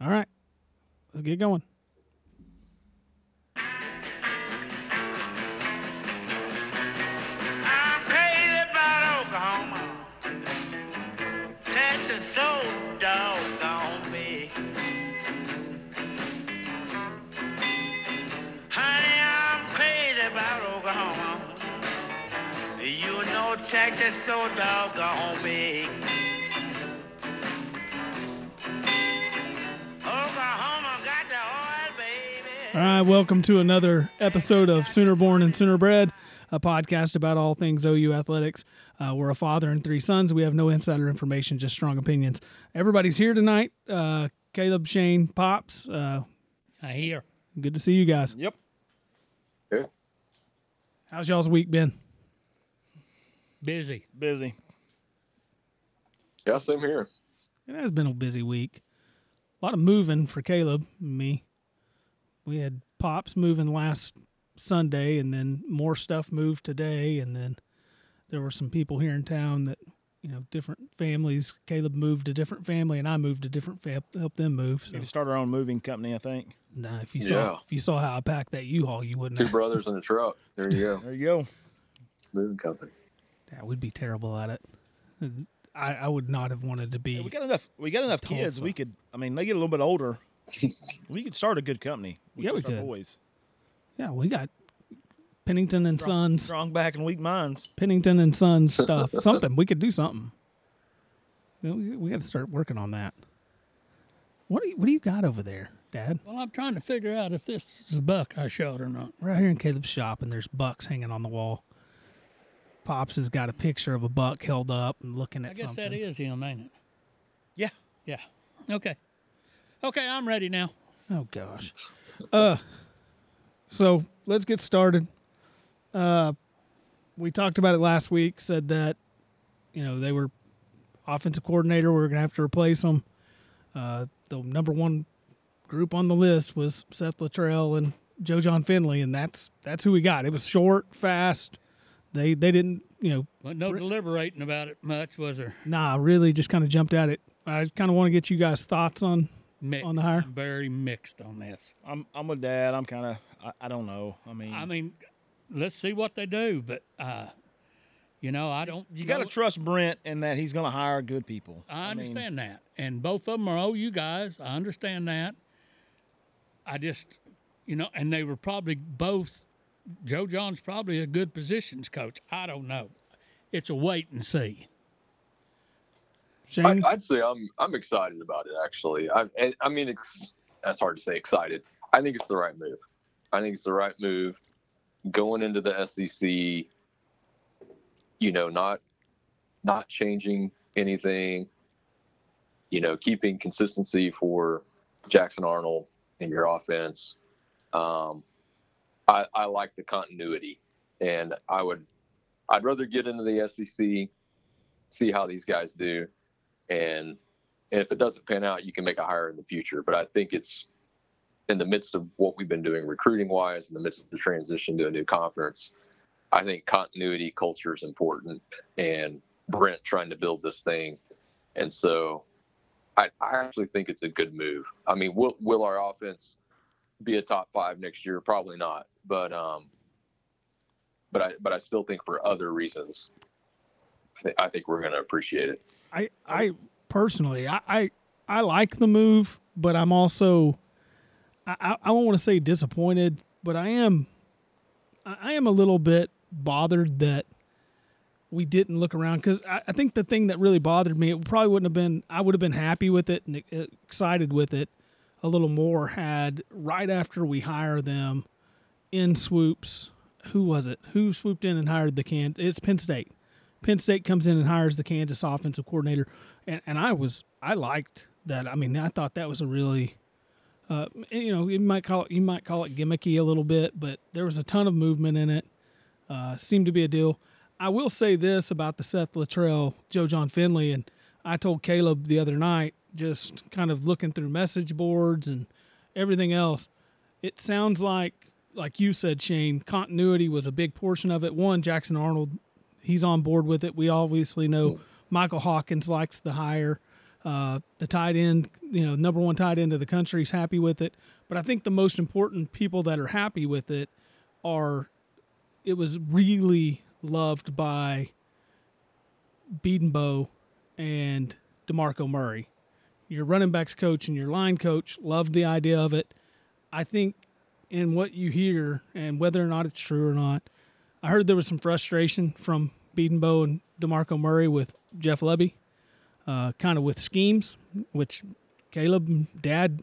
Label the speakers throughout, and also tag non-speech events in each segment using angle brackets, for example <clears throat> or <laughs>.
Speaker 1: All right. Let's get going.
Speaker 2: I'm crazy about Oklahoma. Texas so doggone big. Honey, I'm crazy about Oklahoma. You know Texas so doggone big. Oklahoma got the oil, baby.
Speaker 1: All right, welcome to another episode of Sooner Born and Sooner Bred, a podcast about all things OU athletics. Uh, we're a father and three sons. We have no insider information, just strong opinions. Everybody's here tonight. Uh, Caleb, Shane, Pops. Uh,
Speaker 3: I hear.
Speaker 1: good to see you guys.
Speaker 3: Yep.
Speaker 4: Yeah.
Speaker 1: How's y'all's week been?
Speaker 3: Busy.
Speaker 5: Busy.
Speaker 4: Yeah, same here.
Speaker 1: It has been a busy week. A lot of moving for Caleb and me. We had Pops moving last Sunday, and then more stuff moved today, and then there were some people here in town that you know different families. Caleb moved to different family, and I moved to different family. Help them move. So
Speaker 5: Need to start our own moving company, I think.
Speaker 1: nah, if you
Speaker 4: Yeah.
Speaker 1: saw if you saw how I packed that U-Haul, you wouldn't.
Speaker 4: <laughs> Two
Speaker 1: Have,
Speaker 4: brothers in a truck. There you go.
Speaker 5: There you go.
Speaker 4: Moving company.
Speaker 1: yeah, we'd be terrible at it. I, I would not have wanted to
Speaker 5: Hey, we
Speaker 1: be.
Speaker 5: got enough. We got enough kids.
Speaker 1: Tulsa.
Speaker 5: We could. I mean, they get a little bit <laughs> older. we could start a good company. with
Speaker 1: Yeah, we
Speaker 5: just our
Speaker 1: could.
Speaker 5: Boys.
Speaker 1: Yeah, we got Pennington and Sons.
Speaker 5: Strong back and weak minds.
Speaker 1: Pennington and Sons stuff. something we could do something. You know, we we got to start working on that. What do you, what do you got over there, Dad?
Speaker 3: Well, I'm trying to figure out if this is a buck I shot or not.
Speaker 1: We're out here in Caleb's shop, and there's bucks hanging on the wall. Pops has got a picture of a buck held up and looking at
Speaker 3: I guess
Speaker 1: something.
Speaker 3: that is him, ain't it?
Speaker 5: Yeah.
Speaker 3: Yeah. Okay. Okay, I'm ready now.
Speaker 1: Oh gosh. Uh. So let's get started. Uh, we talked about it last week. Said that, you know, they were offensive coordinator. We were gonna have to replace them. Uh, the number one group on the list was Seth Luttrell and Joe John Finley, and that's that's who we got. It was short, fast. They they didn't, you know,
Speaker 3: But no deliberating about it much, was there?
Speaker 1: nah, really just kind of jumped at it. I kind of want to get you guys' thoughts on.
Speaker 3: Mixed.
Speaker 1: On the hire?
Speaker 3: I'm very mixed on this.
Speaker 5: I'm. I'm with dad. I'm kind of. I, I don't know. I mean,
Speaker 1: Mm.
Speaker 3: I mean, let's see what they do, but, uh, you know, I don't.
Speaker 5: you got to
Speaker 3: know-
Speaker 5: trust Brent in that he's going to hire good people.
Speaker 3: I
Speaker 5: mean,
Speaker 3: understand that. And both of them are OU guys. I understand that. I just, you know, and they were probably both, Joe John's probably a good positions coach. I don't know. It's a wait and see.
Speaker 1: Shane,
Speaker 4: I, I'd say I'm I'm excited about it actually. I and- I mean it's that's hard to say excited. I think it's the right move. I think it's the right move going into the SEC. You know, not not changing anything. You know, keeping consistency for Jackson Arnold and your offense. Um, I, I like the continuity, and I would I'd rather get into the SEC, see how these guys do, and and if it doesn't pan out, you can make a hire in the future. But I think it's in the midst of what we've been doing recruiting wise, in the midst of the transition to a new conference, I think continuity culture is important, and Brent trying to build this thing, and so I, I actually think it's a good move. I mean, will will our offense be a top five next year? Probably not, but um, but I but I still think for other reasons, I, thi- I think we're going to appreciate it.
Speaker 1: I I personally I, I I like the move, but I'm also I I, I won't want to say disappointed, but I am I, I am a little bit bothered that we didn't look around because I, I think the thing that really bothered me it probably wouldn't have been I would have been happy with it and e- excited with it a little more had right after we hire them in swoops who was it who swooped in and hired the can it's Penn State Penn State comes in and hires the Kansas offensive coordinator, and, and I was I liked that. I mean, I thought that was a really, uh, you know, you might call it you might call it gimmicky a little bit, but there was a ton of movement in it. Uh, seemed to be a deal. I will say this about the Seth Luttrell, Joe John Finley, and I told Caleb the other night, just kind of looking through message boards and everything else. It sounds like, like you said, Shane, continuity was a big portion of it. One, Jackson Arnold he's on board with it. We obviously know Michael Hawkins likes the hire. Uh, the tight end, you know, number one tight end of the country is happy with it. But I think the most important people that are happy with it are it was really loved by Bow and DeMarco Murray. Your running backs coach and your line coach loved the idea of it. I think in what you hear and whether or not it's true or not, I heard there was some frustration from Bow and DeMarco Murray with Jeff Levy, uh, kind of with schemes, which Caleb and Dad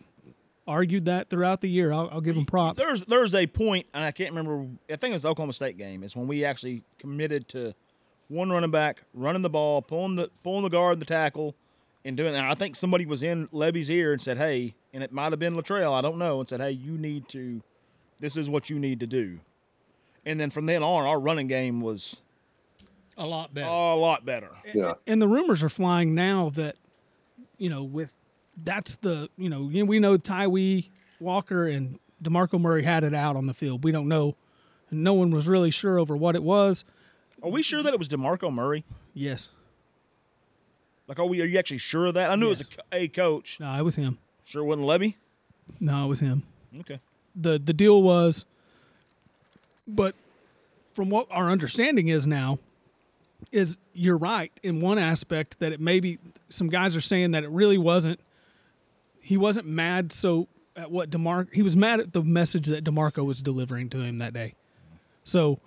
Speaker 1: argued that throughout the year. I'll, I'll give him props.
Speaker 5: There's there's a point, and I can't remember. I think it was the Oklahoma State game. It's when we actually committed to one running back running the ball, pulling the pulling the guard, and the tackle, and doing that. I think somebody was in Levy's ear and said, "Hey," and it might have been Latrell. I don't know, and said, "Hey, you need to. This is what you need to do." And then from then on, our running game was
Speaker 3: a lot better.
Speaker 5: a
Speaker 1: Oh.
Speaker 5: lot better.
Speaker 4: Yeah.
Speaker 1: and the rumors are flying now that you know with that's the you know you- we know Tywee Walker and Demarco Murray had it out on the field. We don't know. No one was really sure over what it was.
Speaker 5: Are we sure that it was Demarco Murray?
Speaker 1: Yes,
Speaker 5: Like, are we? Are you actually sure of that? I knew it was a co- a, coach.
Speaker 1: no, it was him.
Speaker 5: Sure wasn't Levy.
Speaker 1: No, it was him.
Speaker 5: Okay.
Speaker 1: the the deal was but from what our understanding is now is you're right in one aspect that it maybe some guys are saying that it really wasn't he wasn't mad so at what DeMarco he was mad at the message that DeMarco was delivering to him that day. So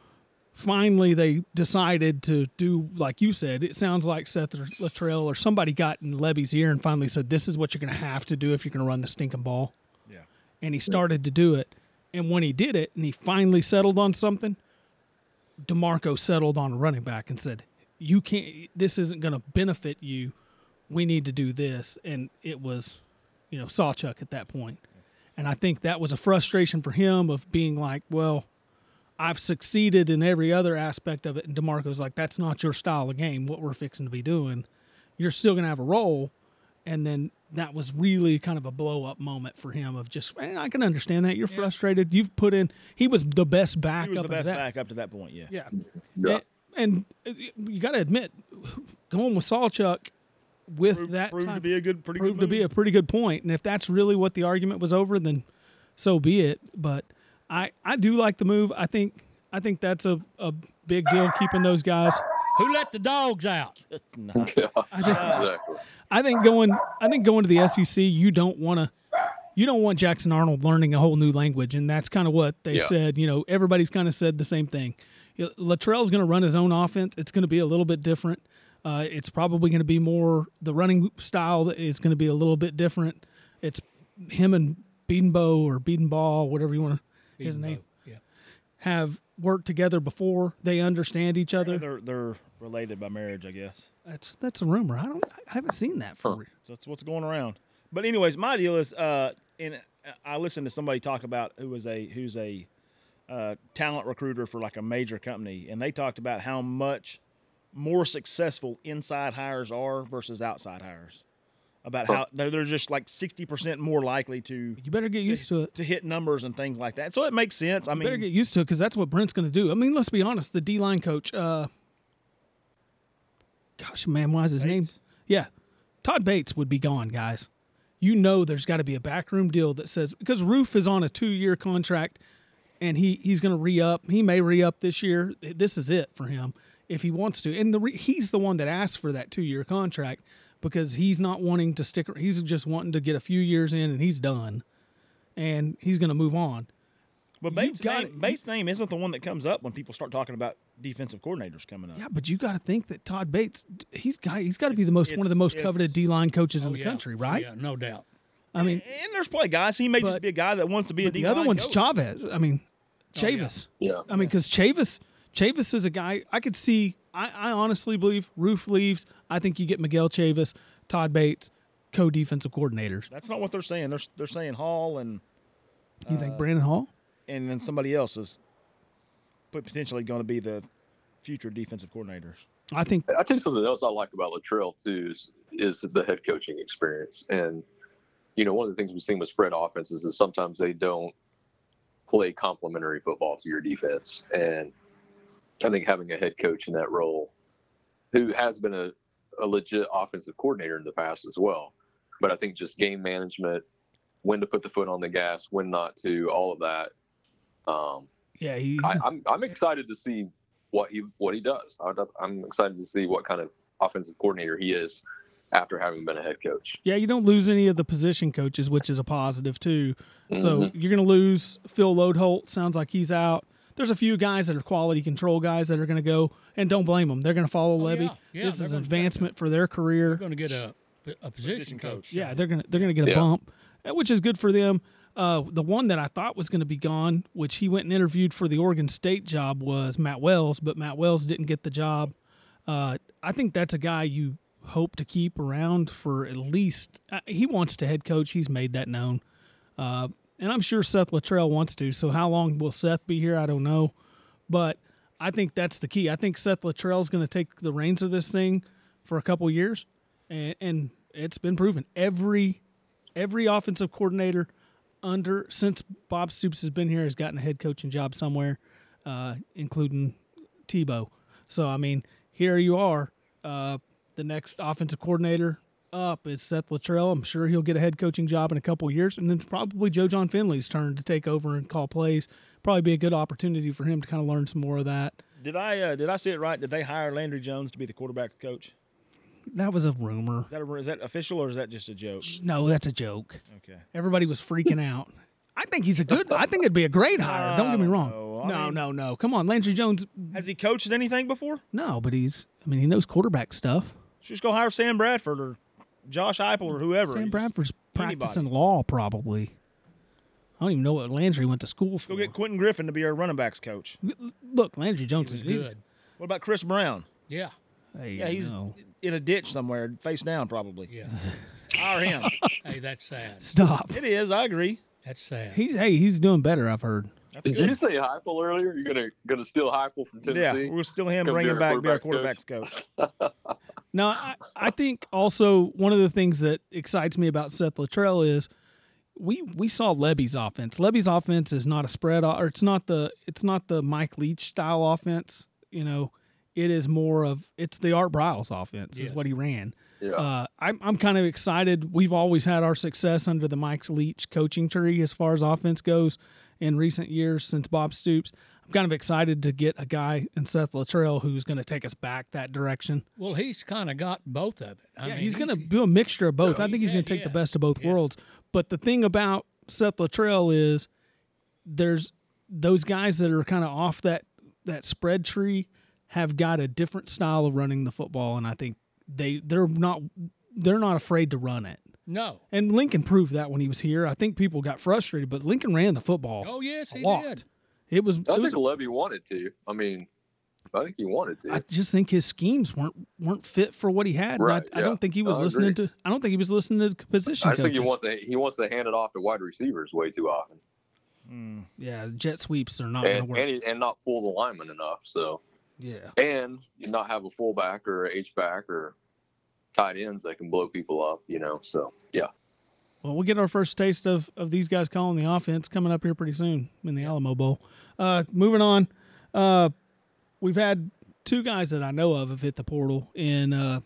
Speaker 1: finally they decided to do like you said it sounds like Seth or Latrell or somebody got in Levy's ear and finally said this is what you're going to have to do if you're going to run the stinking ball
Speaker 5: Yeah.
Speaker 1: and he started to do it. And when he did it and he finally settled on something, DeMarco settled on a running back and said, You can't, this isn't going to benefit you. We need to do this. And it was, you know, Sawchuck at that point. And I think that was a frustration for him of being like, Well, I've succeeded in every other aspect of it. And DeMarco's like, That's not your style of game, what we're fixing to be doing. You're still going to have a role and then that was really kind of a blow up moment for him of just "Man, I can understand that you're frustrated. You've put in he was the best back
Speaker 5: He was
Speaker 1: up
Speaker 5: the
Speaker 1: into
Speaker 5: best
Speaker 1: that.
Speaker 5: back up to that point. Yes.
Speaker 1: Yeah.
Speaker 4: Yeah.
Speaker 1: And, and you got to admit going with Sawchuk with
Speaker 5: Proved,
Speaker 1: that
Speaker 5: proved
Speaker 1: time,
Speaker 5: to be a good, pretty
Speaker 1: proved
Speaker 5: good
Speaker 1: to be
Speaker 5: move.
Speaker 1: a pretty good point. And if that's really what the argument was over, then so be it. But I I do like the move. I think I think that's a, a big deal keeping those guys.
Speaker 3: Who let the dogs out?
Speaker 4: Exactly.
Speaker 1: I think going I think going to the SEC, you don't want to you don't want Jackson Arnold learning a whole new language, and that's kind of what they
Speaker 4: Yeah.
Speaker 1: said. You know, everybody's kind of said the same thing. You know, Latrell's going to run his own offense. It's going to be a little bit different. Uh, it's probably going to be more the running style is going to be a little bit different. It's him and Beedenbow or Beedenball, whatever you want to his name,
Speaker 3: Yeah.
Speaker 1: have worked together before. They understand each other.
Speaker 5: They're they're related by marriage, I guess.
Speaker 1: That's that's a rumor. I don't I haven't seen that for
Speaker 5: So that's what's going around. But anyways, my deal is, uh, and I listened to somebody talk about who was a who's a uh, talent recruiter for like a major company, and they talked about how much more successful inside hires are versus outside hires. About how they're, they're just like sixty percent more likely to
Speaker 1: You better get used to it.
Speaker 5: to hit numbers and things like that. So it makes sense. I
Speaker 1: better
Speaker 5: mean,
Speaker 1: get used to it because that's what Brent's going to do. I mean, let's be honest. The D line coach, uh, gosh, man, why is his name?
Speaker 5: Bates?
Speaker 1: Yeah, Todd Bates would be gone, guys. You know, there's got to be a backroom deal that says because Roof is on a two year contract, and he he's going to re up. He may re up this year. This is it for him if he wants to. And the re- he's the one that asked for that two year contract because he's not wanting to stick. He's just wanting to get a few years in and he's done, and he's going to move on.
Speaker 5: but Bates'
Speaker 1: got
Speaker 5: name,
Speaker 1: it.
Speaker 5: Bates' name isn't the one that comes up when people start talking about defensive coordinators coming up.
Speaker 1: Yeah, but you got to think that Todd Bates, he's got he's got to be the most one of the
Speaker 5: it's-
Speaker 1: most
Speaker 5: it's-
Speaker 1: coveted D line coaches in
Speaker 3: Oh,
Speaker 1: the
Speaker 3: yeah.
Speaker 1: country, right?
Speaker 3: Yeah, no doubt.
Speaker 1: I mean,
Speaker 5: And there's probably guys. He may
Speaker 1: But-
Speaker 5: just be a guy that wants to be a
Speaker 1: the other
Speaker 5: D-line
Speaker 1: one's
Speaker 5: coach. Oh,
Speaker 1: Chavez. I mean, Chavis.
Speaker 4: Yeah.
Speaker 1: I mean, because Chavis, Chavis is a guy I could see. I, I honestly believe Roof leaves. I think you get Miguel Chavis, Todd Bates, co defensive coordinators.
Speaker 5: That's not what they're saying. They're they're saying Hall and uh,
Speaker 1: You think Brandon Hall?
Speaker 5: and then somebody else is pot- potentially going to be the future defensive coordinators.
Speaker 1: I think
Speaker 4: I think something else I like about Latrell too is, is the head coaching experience. And you know, one of the things we've seen with spread offenses is sometimes they don't play complementary football to your defense. And I think having a head coach in that role, who has been a, a legit offensive coordinator in the past as well, But I think just game management, when to put the foot on the gas, when not to, all of that. Um,
Speaker 1: Yeah, he's
Speaker 4: I, I'm I'm excited to see what he what he does. I, I'm excited to see what kind of offensive coordinator he is after having been a head coach.
Speaker 1: Yeah, you don't lose any of the position coaches, which is a positive too. So
Speaker 3: Mm-hmm.
Speaker 1: you're going to lose Phil Lodeholt. Sounds like he's out. There's a few guys that are quality control guys that are going to go, and don't blame them. They're going to follow Levy.
Speaker 3: Oh, yeah. Yeah,
Speaker 1: this
Speaker 3: they're
Speaker 1: is
Speaker 3: gonna-
Speaker 1: an advancement for their career.
Speaker 3: Going to get a a position coach.
Speaker 1: Yeah, they're gonna they're gonna get a
Speaker 4: Yeah.
Speaker 1: bump, eh, which is good for them. Uh, the one that I thought was going to be gone, which he went and interviewed for the Oregon State job, was Matt Wells, but Matt Wells didn't get the job. Uh, I think that's a guy you hope to keep around for at least. Uh, he wants to head coach. He's made that known, uh, and I'm sure Seth Luttrell wants to. So how long will Seth be here? I don't know, but I think that's the key. I think Seth Luttrell's going to take the reins of this thing for a couple years, and, and it's been proven every every offensive coordinator under since Bob Stoops has been here has gotten a head coaching job somewhere, uh, including Tebow. So I mean, here you are. Uh, the next offensive coordinator up is Seth Luttrell. I'm sure he'll get a head coaching job in a couple of years, and then probably Joe John Finley's turn to take over and call plays. Probably be a good opportunity for him to kind of learn some more of that.
Speaker 5: Did I uh, did I see it right? Did they hire Landry Jones to be the quarterback coach?
Speaker 1: That was a rumor.
Speaker 5: Is that a, is that official or is that just a joke?
Speaker 1: No, that's a joke.
Speaker 5: Okay.
Speaker 1: Everybody was freaking out. I think he's a good. I think it'd be a great hire. Don't get me
Speaker 5: don't
Speaker 1: wrong.
Speaker 5: know. I
Speaker 1: No,
Speaker 5: mean-
Speaker 1: no, no. Come on, Landry Jones.
Speaker 5: Has he coached anything before?
Speaker 1: No, but he's. I mean, he knows quarterback stuff.
Speaker 5: Just go hire Sam Bradford or Josh Heupel or whoever.
Speaker 1: Sam
Speaker 5: Just
Speaker 1: Bradford's practicing law, probably. I don't even know what Landry went to school for.
Speaker 5: Go get Quentin Griffin to be our running backs coach.
Speaker 1: Look, Landry Jones
Speaker 3: It's
Speaker 1: is he-
Speaker 3: good.
Speaker 5: What about Chris Brown?
Speaker 3: Yeah.
Speaker 1: Hey,
Speaker 5: Yeah, he's
Speaker 1: no.
Speaker 5: in a ditch somewhere, face down probably.
Speaker 1: <laughs>
Speaker 3: Yeah.
Speaker 5: Hire him.
Speaker 3: hey, that's sad.
Speaker 1: stop.
Speaker 5: it is. I agree.
Speaker 3: That's sad.
Speaker 1: He's hey, he's doing better. I've heard.
Speaker 5: That's
Speaker 4: Did
Speaker 5: good.
Speaker 4: you say Heupel earlier? You're gonna gonna steal Heupel from
Speaker 5: yeah,
Speaker 4: Tennessee?
Speaker 5: we're still him
Speaker 4: Come be
Speaker 5: bringing
Speaker 4: our
Speaker 5: back be our
Speaker 4: quarterback's
Speaker 5: quarterbacks coach.
Speaker 1: No, I, I think also one of the things that excites me about Seth Luttrell is we we saw Levy's offense. Levy's offense is not a spread o- or it's not the it's not the Mike Leach style offense. You know, it is more of it's the Art Briles offense
Speaker 3: Yes.
Speaker 1: is what he ran.
Speaker 4: Yeah.
Speaker 1: Uh, I'm I'm kind of excited. We've always had our success under the Mike Leach coaching tree as far as offense goes in recent years since Bob Stoops. I'm kind of excited to get a guy in Seth Luttrell who's going to take us back that direction.
Speaker 3: well, he's kind of got both of it. I
Speaker 1: Yeah,
Speaker 3: mean,
Speaker 1: he's going to do a mixture of both. I think he's
Speaker 3: he's
Speaker 1: going
Speaker 3: had-
Speaker 1: to take the
Speaker 3: yeah,
Speaker 1: best of both worlds. But the thing about Seth Luttrell is there's those guys that are kind of off that that spread tree have got a different style of running the football, and I think they they're not they're not afraid to run it.
Speaker 3: No.
Speaker 1: And Lincoln proved that when he was here. I think people got frustrated, but Lincoln ran the football.
Speaker 3: Oh yes,
Speaker 1: a
Speaker 3: he
Speaker 1: lot.
Speaker 3: did.
Speaker 1: It was.
Speaker 4: I
Speaker 1: it was
Speaker 4: think Levy wanted to. I mean, I think he wanted to.
Speaker 1: I just think his schemes weren't weren't fit for what he had. and
Speaker 4: Right,
Speaker 1: I, I
Speaker 4: yeah.
Speaker 1: don't think he was
Speaker 4: I
Speaker 1: listening
Speaker 4: agree.
Speaker 1: to. I don't think he was listening to position
Speaker 4: I just think
Speaker 1: coaches.
Speaker 4: he wants to he wants to hand it off to wide receivers way too often,
Speaker 1: yeah, jet sweeps are not going to
Speaker 4: and
Speaker 1: work.
Speaker 4: and, he, and not pull the lineman enough. So
Speaker 1: Yeah.
Speaker 4: and not have a fullback or a H back or tight ends that can blow people up. You know, so yeah,
Speaker 1: Well, we'll get our first taste of, of these guys calling the offense coming up here pretty soon in the Alamo Bowl. Uh, moving on, uh, we've had two guys that I know of have hit the portal in uh,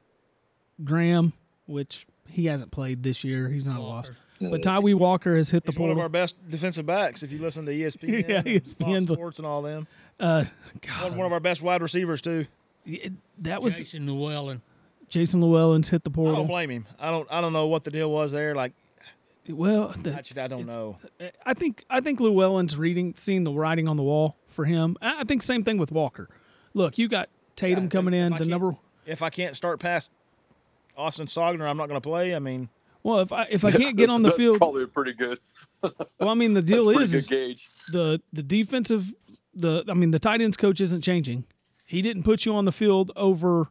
Speaker 1: Graham, which he hasn't played this year. He's not
Speaker 3: Walker.
Speaker 1: a loss. But Tywee Walker has hit the
Speaker 5: He's one of
Speaker 1: portal.
Speaker 5: our best defensive backs. If you listen to E
Speaker 1: <laughs>
Speaker 5: ESPN,
Speaker 1: Yeah, E
Speaker 5: and
Speaker 1: ESPN's
Speaker 5: Fox Sports and all them,
Speaker 1: uh,
Speaker 5: one,
Speaker 1: God,
Speaker 5: one of our best wide receivers too.
Speaker 1: it- that was
Speaker 3: Jason Llewellyn.
Speaker 1: Jason Llewellyn's hit the
Speaker 5: I don't
Speaker 1: portal.
Speaker 5: blame him. I don't. I don't know what the deal was there. Like,
Speaker 1: Well, the-
Speaker 5: I, just- I don't
Speaker 1: it's-
Speaker 5: know.
Speaker 1: I think I think Llewellyn's reading, seeing the writing on the wall for him. I I think same thing with Walker. Look, you got Tatum
Speaker 5: Yeah,
Speaker 1: coming
Speaker 5: if
Speaker 1: in, the
Speaker 5: I can't-
Speaker 1: number.
Speaker 5: If I can't start past Austin Sogner, I'm not going to play. I mean,
Speaker 1: Well, if I if I can't get
Speaker 4: That's-
Speaker 1: on the
Speaker 4: that's
Speaker 1: field,
Speaker 4: Probably a pretty good.
Speaker 1: well, I mean the
Speaker 4: That's
Speaker 1: deal
Speaker 4: a pretty
Speaker 1: is,
Speaker 4: good
Speaker 1: is
Speaker 4: gauge.
Speaker 1: the the defensive, the I mean the tight ends coach isn't changing. He didn't put you on the field over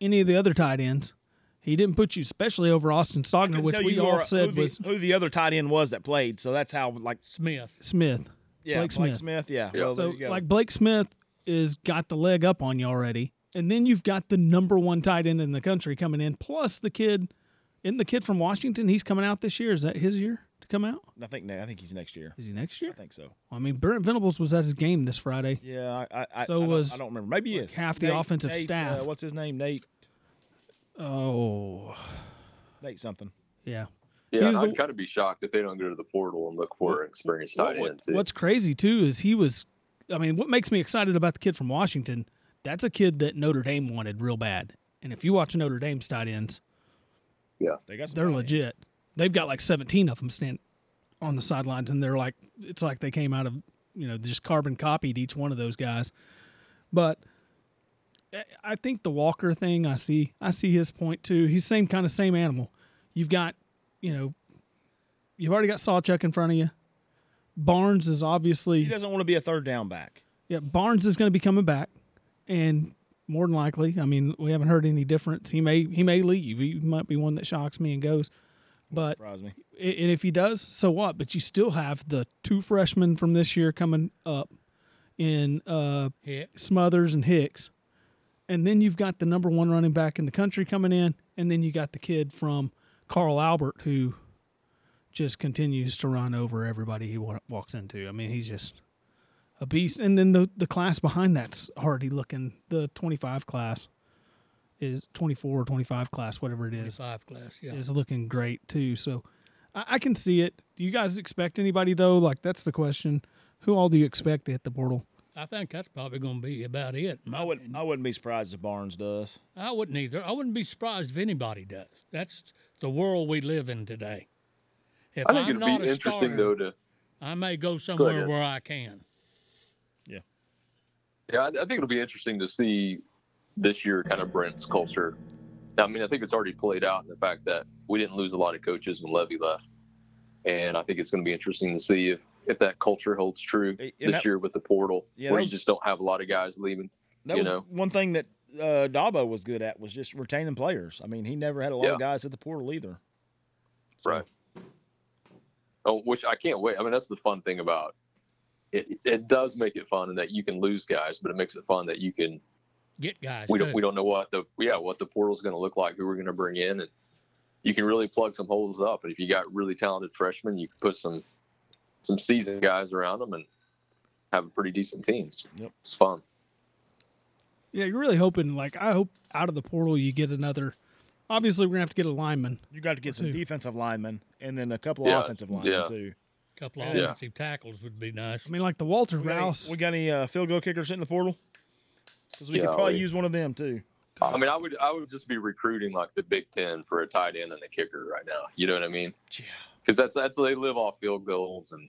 Speaker 1: any of the other tight ends. He didn't put you especially over Austin Stogner, which
Speaker 5: tell
Speaker 1: we
Speaker 5: you
Speaker 1: all
Speaker 5: are- who
Speaker 1: said
Speaker 5: the,
Speaker 1: was
Speaker 5: who the other tight end was that played. So that's how like
Speaker 3: Smith.
Speaker 1: Smith.
Speaker 5: yeah,
Speaker 1: Blake
Speaker 5: Blake,
Speaker 1: Smith.
Speaker 5: Smith. Yeah.
Speaker 4: Yeah.
Speaker 5: Well,
Speaker 1: So
Speaker 5: there you go.
Speaker 1: like Blake Smith is got the leg up on you already, and then you've got the number one tight end in the country coming in, plus the kid, and the kid from Washington, he's coming out this year. Is that his year to come out?
Speaker 5: I think ne- I think he's next year.
Speaker 1: Is he next year?
Speaker 5: I think so.
Speaker 1: I mean, Brent Venables was at his game this Friday.
Speaker 5: Yeah. I, I, I
Speaker 1: So
Speaker 5: I don't-
Speaker 1: was
Speaker 5: I don't remember. Maybe he is.
Speaker 1: half the offensive
Speaker 5: Nate,
Speaker 1: staff.
Speaker 5: Uh, what's his name? Nate.
Speaker 1: Oh,
Speaker 5: Nate something.
Speaker 1: Yeah. He
Speaker 4: Yeah,
Speaker 1: was
Speaker 4: I'd
Speaker 1: the-
Speaker 4: kind of be shocked if they don't go to the portal and look for an experienced tight
Speaker 1: What-
Speaker 4: end. Too.
Speaker 1: What's crazy too is he was. I mean, what makes me excited about the kid from Washington? That's a kid that Notre Dame wanted real bad. And if you watch Notre Dame's tight ends,
Speaker 5: They got some
Speaker 1: they're
Speaker 5: talent.
Speaker 1: legit. They've got like 17 of them stand on the sidelines, and they're like, it's like they came out of you know just carbon copied each one of those guys. But I- I think the Walker thing, I see, I see his point too. He's same kind of same animal. You've got, you know, you've already got Sawchuck in front of you. Barnes is obviously
Speaker 5: He doesn't want to be a third down back.
Speaker 1: yeah, Barnes is going to be coming back, and more than likely, I mean, we haven't heard any difference. He may he may leave. He might be one that shocks me and goes, but
Speaker 5: Surprise me.
Speaker 1: i- and if he does, so what? But you still have the two freshmen from this year coming up in uh,
Speaker 3: Hicks.
Speaker 1: Smothers and Hicks, and then you've got the number one running back in the country coming in, and then you got the kid from Carl Albert who just continues to run over everybody he wa- walks into. I mean, he's just a beast. And then the the class behind that's already looking the twenty five class is twenty four or twenty five class, whatever it is
Speaker 3: Five class. Yeah.
Speaker 1: is looking great too. So I, I can see it. Do you guys expect anybody though? Like that's the question. Who all do you expect at the portal?
Speaker 3: I think that's probably going to be about it. in my
Speaker 5: I
Speaker 3: opinion.
Speaker 5: wouldn't. I wouldn't be surprised if Barnes does.
Speaker 3: I wouldn't either. I wouldn't be surprised if anybody does. That's the world we live in today. If
Speaker 4: I think
Speaker 3: am
Speaker 4: it'd
Speaker 3: not
Speaker 4: be
Speaker 3: a
Speaker 4: interesting
Speaker 3: starter,
Speaker 4: though to.
Speaker 3: I may go somewhere
Speaker 4: ahead.
Speaker 3: where I can.
Speaker 4: Yeah, I, I think it'll be interesting to see this year kind of Brent's culture. Now, I mean, I think it's already played out in the fact that we didn't lose a lot of coaches when Levy left, and I think it's going to be interesting to see if if that culture holds true
Speaker 5: And
Speaker 4: this
Speaker 5: that-
Speaker 4: year with the portal,
Speaker 5: Yeah,
Speaker 4: where
Speaker 5: that
Speaker 4: you
Speaker 5: was-
Speaker 4: just don't have a lot of guys leaving.
Speaker 5: That
Speaker 4: You
Speaker 5: was
Speaker 4: know.
Speaker 5: one thing that uh, Dabo was good at was just retaining players. I mean, he never had a lot
Speaker 4: Yeah.
Speaker 5: of guys at the portal either.
Speaker 4: Right. Oh, which I can't wait. I mean, that's the fun thing about it. It does make it fun, in that you can lose guys, but it makes it fun that you can
Speaker 3: Get guys.
Speaker 4: we don't
Speaker 3: too.
Speaker 4: we don't know what the yeah what the portal's going to look like who we're going to bring in and you can really plug some holes up and if you got really talented freshmen you can put some some seasoned guys around them and have a pretty decent teams
Speaker 5: Yep.
Speaker 4: it's fun
Speaker 1: Yeah, you're really hoping. Like I hope out of the portal you get another. Obviously, we're gonna have to get a lineman.
Speaker 5: You got to get some
Speaker 1: Two.
Speaker 5: defensive linemen and then a couple of
Speaker 4: Yeah,
Speaker 5: offensive linemen
Speaker 4: yeah.
Speaker 5: too.
Speaker 3: couple of
Speaker 4: Yeah.
Speaker 3: offensive tackles would be nice.
Speaker 1: I mean, like the Walter
Speaker 5: We got any-
Speaker 1: Rouse.
Speaker 5: We got any uh, field goal kickers in the portal? Because we could
Speaker 4: Yeah,
Speaker 5: probably
Speaker 4: we-
Speaker 5: use one of them too.
Speaker 4: i mean i would i would just be recruiting like the big 10 for a tight end and a kicker right now you know what i mean
Speaker 5: Yeah.
Speaker 4: because that's that's they live off field goals and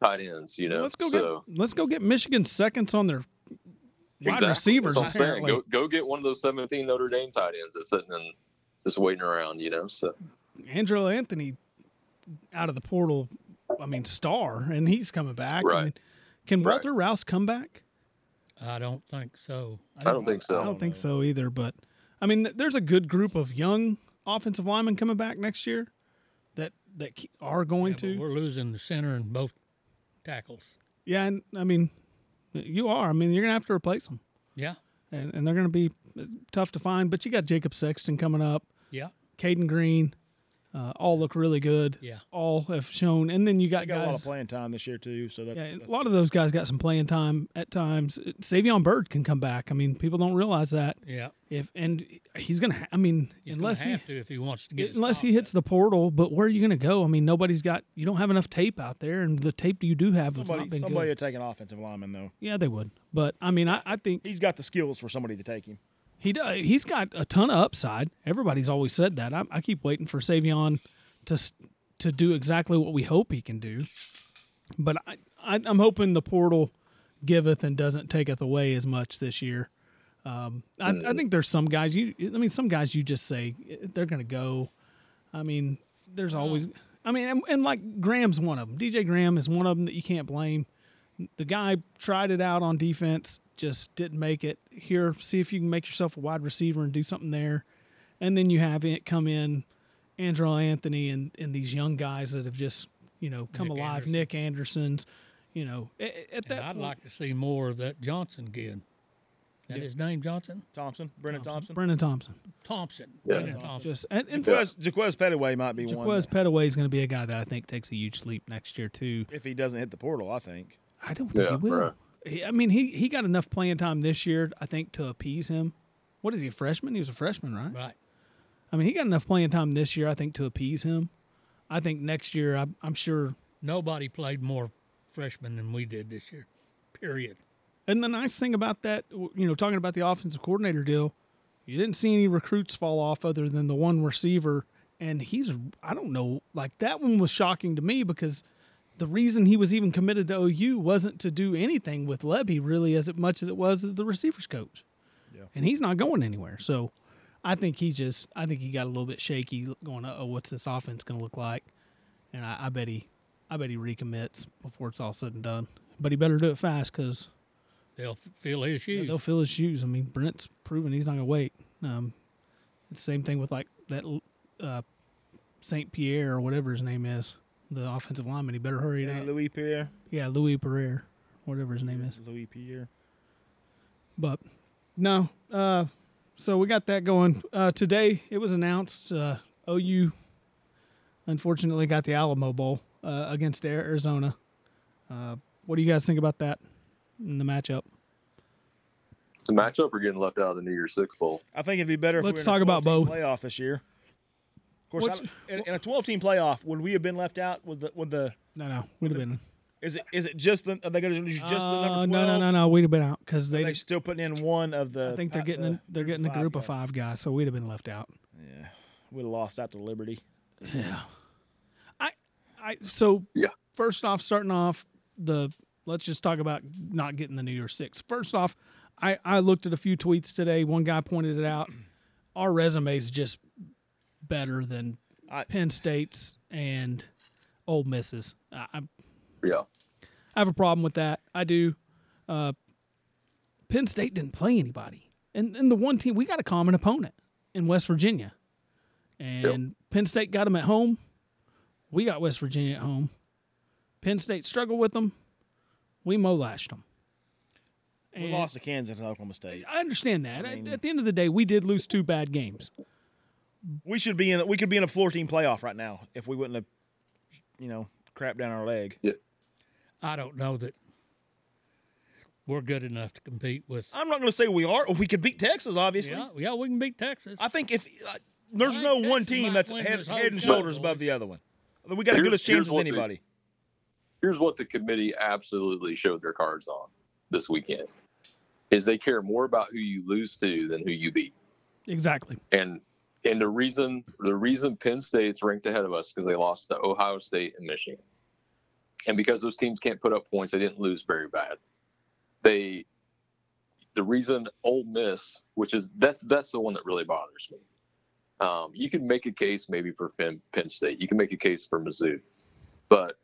Speaker 4: tight ends you know
Speaker 1: let's go
Speaker 4: so
Speaker 1: get let's go get Michigan seconds on their wide
Speaker 4: Exactly.
Speaker 1: receivers.
Speaker 4: That's what I'm saying.
Speaker 1: Apparently,
Speaker 4: Go, go get one of those 17 notre dame tight ends that's sitting in just waiting around you know so
Speaker 1: Andrew Anthony out of the portal. I mean, star, and he's coming back.
Speaker 4: Right.
Speaker 1: And then- can
Speaker 4: Right.
Speaker 1: Walter Rouse come back?
Speaker 3: I don't think so.
Speaker 4: i don't think so
Speaker 1: I don't think so either. But I mean, th- there's a good group of young offensive linemen coming back next year that that ke- are going
Speaker 3: Yeah, but
Speaker 1: to.
Speaker 3: We're losing the center and both tackles.
Speaker 1: Yeah, and I mean, you are. I mean, you're gonna have to replace them,
Speaker 3: Yeah.
Speaker 1: and, and they're gonna be uh, tough to find. But you got Jacob Sexton coming up,
Speaker 3: Yeah.
Speaker 1: Caden Green, uh, all look really good.
Speaker 3: Yeah.
Speaker 1: all have shown, and then you got,
Speaker 5: They got a lot of
Speaker 1: guys.
Speaker 5: playing time this year too, so that's,
Speaker 1: yeah,
Speaker 5: that's
Speaker 1: a lot of those guys got some playing time at times. Uh, Savion Bird can come back. I mean, people don't realize that.
Speaker 3: Yeah.
Speaker 1: If and he's gonna, ha- I mean,
Speaker 3: He's
Speaker 1: unless
Speaker 3: gonna
Speaker 1: he
Speaker 3: have to if he wants to get his
Speaker 1: unless he
Speaker 3: stop.
Speaker 1: hits the portal, but where are you going to go? I mean, nobody's got. You don't have enough tape out there, and the tape you do have has not
Speaker 5: somebody
Speaker 1: been
Speaker 5: somebody
Speaker 1: good.
Speaker 5: to take an offensive lineman though.
Speaker 1: Yeah, they would. But I mean, I, I think
Speaker 5: He's got the skills for somebody to take him.
Speaker 1: he does, he's got a ton of upside. Everybody's always said that. I, I keep waiting for Savion to s- to do exactly what we hope he can do. But I, I I'm hoping the portal giveth and doesn't taketh away as much this year. Um, I, I think there's some guys you. I mean, some guys you just say eh, they're going to go. I mean, there's always. I mean, and, and like Graham's one of them. DJ Graham is one of them that you can't blame. The guy tried it out on defense, just didn't make it. Here, see if you can make yourself a wide receiver and do something there. And then you have it come in, Andrew Anthony and, and these young guys that have just, you know, come
Speaker 3: Nick
Speaker 1: alive.
Speaker 3: Anderson.
Speaker 1: Nick Anderson's, you know, a- a- at
Speaker 3: And
Speaker 1: that
Speaker 3: I'd
Speaker 1: point,
Speaker 3: like to see more of that Johnson kid. That his name Johnson
Speaker 5: Thompson, Brennan Thompson.
Speaker 1: Brennan Thompson.
Speaker 3: Thompson.
Speaker 4: Yeah.
Speaker 3: Brennan Thompson.
Speaker 1: Just and, and
Speaker 5: Jaquez, Jaquez Pettaway might be one
Speaker 1: Jaquez Petaway is going to be a guy that I think takes a huge leap next year too.
Speaker 5: if he doesn't hit the portal. I think.
Speaker 1: I don't think
Speaker 4: Yeah,
Speaker 1: he will.
Speaker 4: right.
Speaker 1: He- I mean, he he got enough playing time this year, I think, to appease him. What is he a freshman? He was a freshman, right?
Speaker 3: Right.
Speaker 1: I mean, he got enough playing time this year, I think, to appease him. I think next year, I, I'm sure.
Speaker 3: Nobody played more freshmen than we did this year. Period.
Speaker 1: And the nice thing about that, w- you know, talking about the offensive coordinator deal, you didn't see any recruits fall off other than the one receiver. And he's, I don't know, like that one was shocking to me because the reason he was even committed to OU wasn't to do anything with Levy really as much as it was as the receivers coach. And he's not going anywhere. So I think he just, I think he got a little bit shaky going, oh, what's this offense going to look like? And I, I bet he, I bet he recommits before it's all said and done. But he better do it fast because
Speaker 3: They'll f- fill his shoes.
Speaker 1: they'll fill his shoes. I mean, Brent's proven he's not going to wait. Um, it's the same thing with like that uh, Saint Pierre or whatever his name is, the offensive lineman. He better hurry it
Speaker 5: Yeah,
Speaker 1: up.
Speaker 5: Louis Pierre.
Speaker 1: Yeah, Louis Pereira, whatever his name is.
Speaker 5: Louis Pierre.
Speaker 1: But no, uh, so we got that going uh, today. It was announced uh, OU unfortunately got the Alamo Bowl uh, against Arizona. Uh, what do you guys think about that in the matchup?
Speaker 4: The matchup are getting left out of the New Year's Six Bowl.
Speaker 5: I think it'd be better. if
Speaker 1: Let's
Speaker 5: we were
Speaker 1: talk
Speaker 5: in a
Speaker 1: about
Speaker 5: 12
Speaker 1: both.
Speaker 5: team playoff this year. Of course,
Speaker 1: What's-
Speaker 5: I- in, in a twelve-team playoff, would we have been left out with the with the?
Speaker 1: No, no, we'd have been
Speaker 5: Is it is it just the? Are they going to just the
Speaker 1: Uh,
Speaker 5: number twelve?
Speaker 1: No, no, no, no. We'd have been out because they.
Speaker 5: Are they still putting in one of the?
Speaker 1: I think they're
Speaker 5: uh,
Speaker 1: getting
Speaker 5: the
Speaker 1: a, they're getting a
Speaker 5: five
Speaker 1: group of
Speaker 5: guys?
Speaker 1: five guys, so we'd have been left out.
Speaker 5: Yeah, we lost out to Liberty.
Speaker 1: I so
Speaker 4: Yeah.
Speaker 1: First off, starting off the let's just talk about not getting the New Year's Six. First off, I I looked at a few tweets today. One guy pointed it
Speaker 5: <clears throat>
Speaker 1: out. Our resumes just better than
Speaker 5: I-
Speaker 1: Penn State's and Old Misses. I, I
Speaker 4: Yeah.
Speaker 1: I have a problem with that. I do. Uh, Penn State didn't play anybody, and and the one team we got a common opponent in West Virginia, and Penn State got them at home. We got West Virginia at home. Penn State struggled with them. We molashed them.
Speaker 5: We
Speaker 1: And-
Speaker 5: lost to Kansas and Oklahoma State.
Speaker 1: I understand that. At- at the end of the day, we did lose two bad games.
Speaker 5: We should be in. We could be in a floor team playoff right now if we wouldn't have, you know, crap down our leg.
Speaker 3: I don't know that we're good enough to compete with.
Speaker 5: I'm not going to say we are. We could beat Texas, obviously.
Speaker 3: Yeah, yeah, we can beat Texas.
Speaker 5: I think if uh, there's
Speaker 3: I
Speaker 5: no
Speaker 3: think
Speaker 5: one
Speaker 3: Texas might
Speaker 5: team that's
Speaker 3: win
Speaker 5: head,
Speaker 3: this whole
Speaker 5: head and
Speaker 3: show,
Speaker 5: shoulders above
Speaker 3: boys.
Speaker 5: the other one, I think we got a
Speaker 4: Here's-
Speaker 5: good as chance
Speaker 4: here's
Speaker 5: as
Speaker 4: what they-
Speaker 5: anybody.
Speaker 4: Here's what the committee absolutely showed their cards on this weekend: is they care more about who you lose to than who you beat.
Speaker 1: Exactly.
Speaker 4: and and the reason the reason Penn State's ranked ahead of us because they lost to Ohio State and Michigan, and because those teams can't put up points, they didn't lose very bad. They the reason Ole Miss, which is that's that's the one that really bothers me. Um, you can make a case maybe for Penn, Penn State, you can make a case for Mizzou, but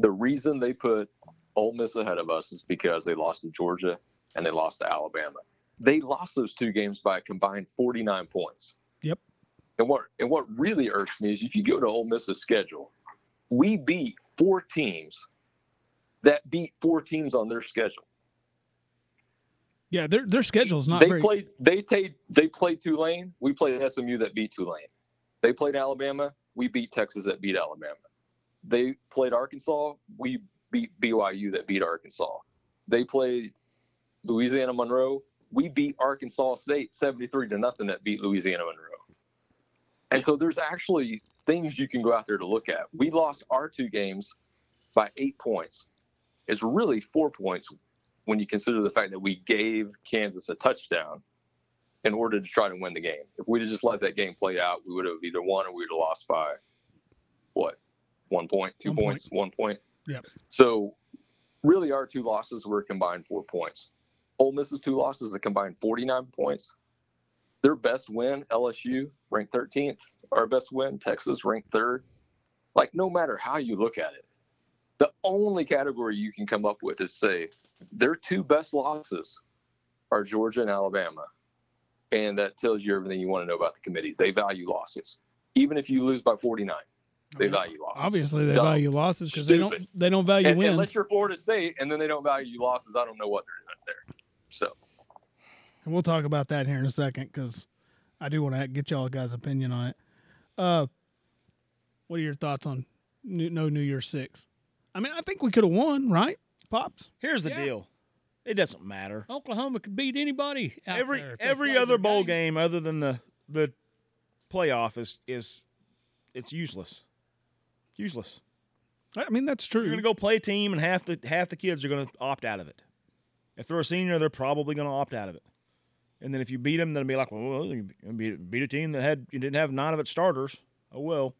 Speaker 4: the reason they put Ole Miss ahead of us is because they lost to Georgia and they lost to Alabama they lost those two games by a combined 49 points.
Speaker 1: Yep.
Speaker 4: And what and what really irks me is if you go to Ole Miss's schedule, we beat four teams that beat four teams on their schedule.
Speaker 1: Yeah, their their schedule's not
Speaker 4: they
Speaker 1: very.
Speaker 4: played they played they played Tulane. We played SMU that beat Tulane. They played Alabama. We beat Texas that beat Alabama. They played Arkansas. We beat BYU that beat Arkansas. They played Louisiana Monroe. We beat Arkansas State seventy three to nothing that beat Louisiana Monroe. And so there's actually things you can go out there to look at. We lost our two games by eight points. It's really four points when you consider the fact that we gave Kansas a touchdown in order to try to win the game. If we'd have just let that game play out, we would have either won or we would have lost by what? One point, two
Speaker 1: One point.
Speaker 4: points, one point.
Speaker 1: Yep.
Speaker 4: So really our two losses were a combined four points. Ole Miss's two losses a combined forty nine points. Their best win, LSU, ranked thirteenth. Our best win, Texas, ranked third. Like no matter how you look at it, the only category you can come up with is say their two best losses are Georgia and Alabama. And that tells you everything you want to know about the committee. They value losses. Even if you lose by 49, they value losses.
Speaker 1: Obviously, they
Speaker 4: Dumb.
Speaker 1: value losses because they don't
Speaker 4: Stupid.
Speaker 1: they don't value
Speaker 4: And,
Speaker 1: wins.
Speaker 4: unless you're Florida State and then they don't value you losses, I don't know what they're doing there. So,
Speaker 1: and we'll talk about that here in a second because I do want to get y'all guys' opinion on it. Uh, what are your thoughts on new, no New Year's Six? I mean, I think we could have won, right, pops?
Speaker 5: Here's the
Speaker 3: Yeah.
Speaker 5: deal: it doesn't matter.
Speaker 3: Oklahoma could beat anybody. Out
Speaker 5: every
Speaker 3: there if they
Speaker 5: every
Speaker 3: played
Speaker 5: other
Speaker 3: their
Speaker 5: bowl
Speaker 3: game.
Speaker 5: game. other than the the playoff is is it's useless. Useless.
Speaker 1: I mean, that's true.
Speaker 5: You're gonna go play a team, and half the half the kids are gonna opt out of it. If they're a senior, they're probably gonna opt out of it. And then if you beat them, then it'll be like, well, you beat, beat a team that had you didn't have nine of its starters. Oh well.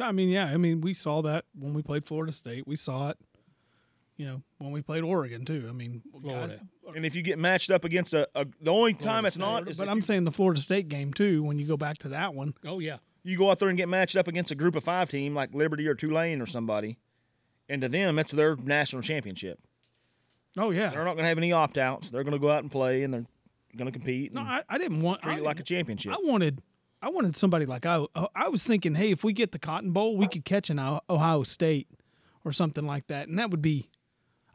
Speaker 1: I mean, yeah. I mean, we saw that when we played Florida State. We saw it, you know, when we played Oregon too. I mean,
Speaker 3: Florida.
Speaker 1: guys-
Speaker 5: And if you get matched up against a, a the only time it's not is
Speaker 1: but
Speaker 5: if
Speaker 1: I'm
Speaker 5: you,
Speaker 1: saying the Florida State game too. When you go back to that one,
Speaker 3: Oh yeah.
Speaker 5: you go out there and get matched up against a group of five team like Liberty or Tulane or somebody, and to them it's their national championship.
Speaker 1: oh
Speaker 5: They're
Speaker 1: yeah.
Speaker 5: not gonna have any opt outs. They're gonna go out and play and they're gonna compete.
Speaker 1: No,
Speaker 5: and
Speaker 1: I, I didn't want.
Speaker 5: treat
Speaker 1: I,
Speaker 5: it like a
Speaker 1: didn't-
Speaker 5: championship.
Speaker 1: I wanted, I wanted somebody like I. I was thinking, hey, if we get the Cotton Bowl, we could catch an O- Ohio State or something like that, and that would be,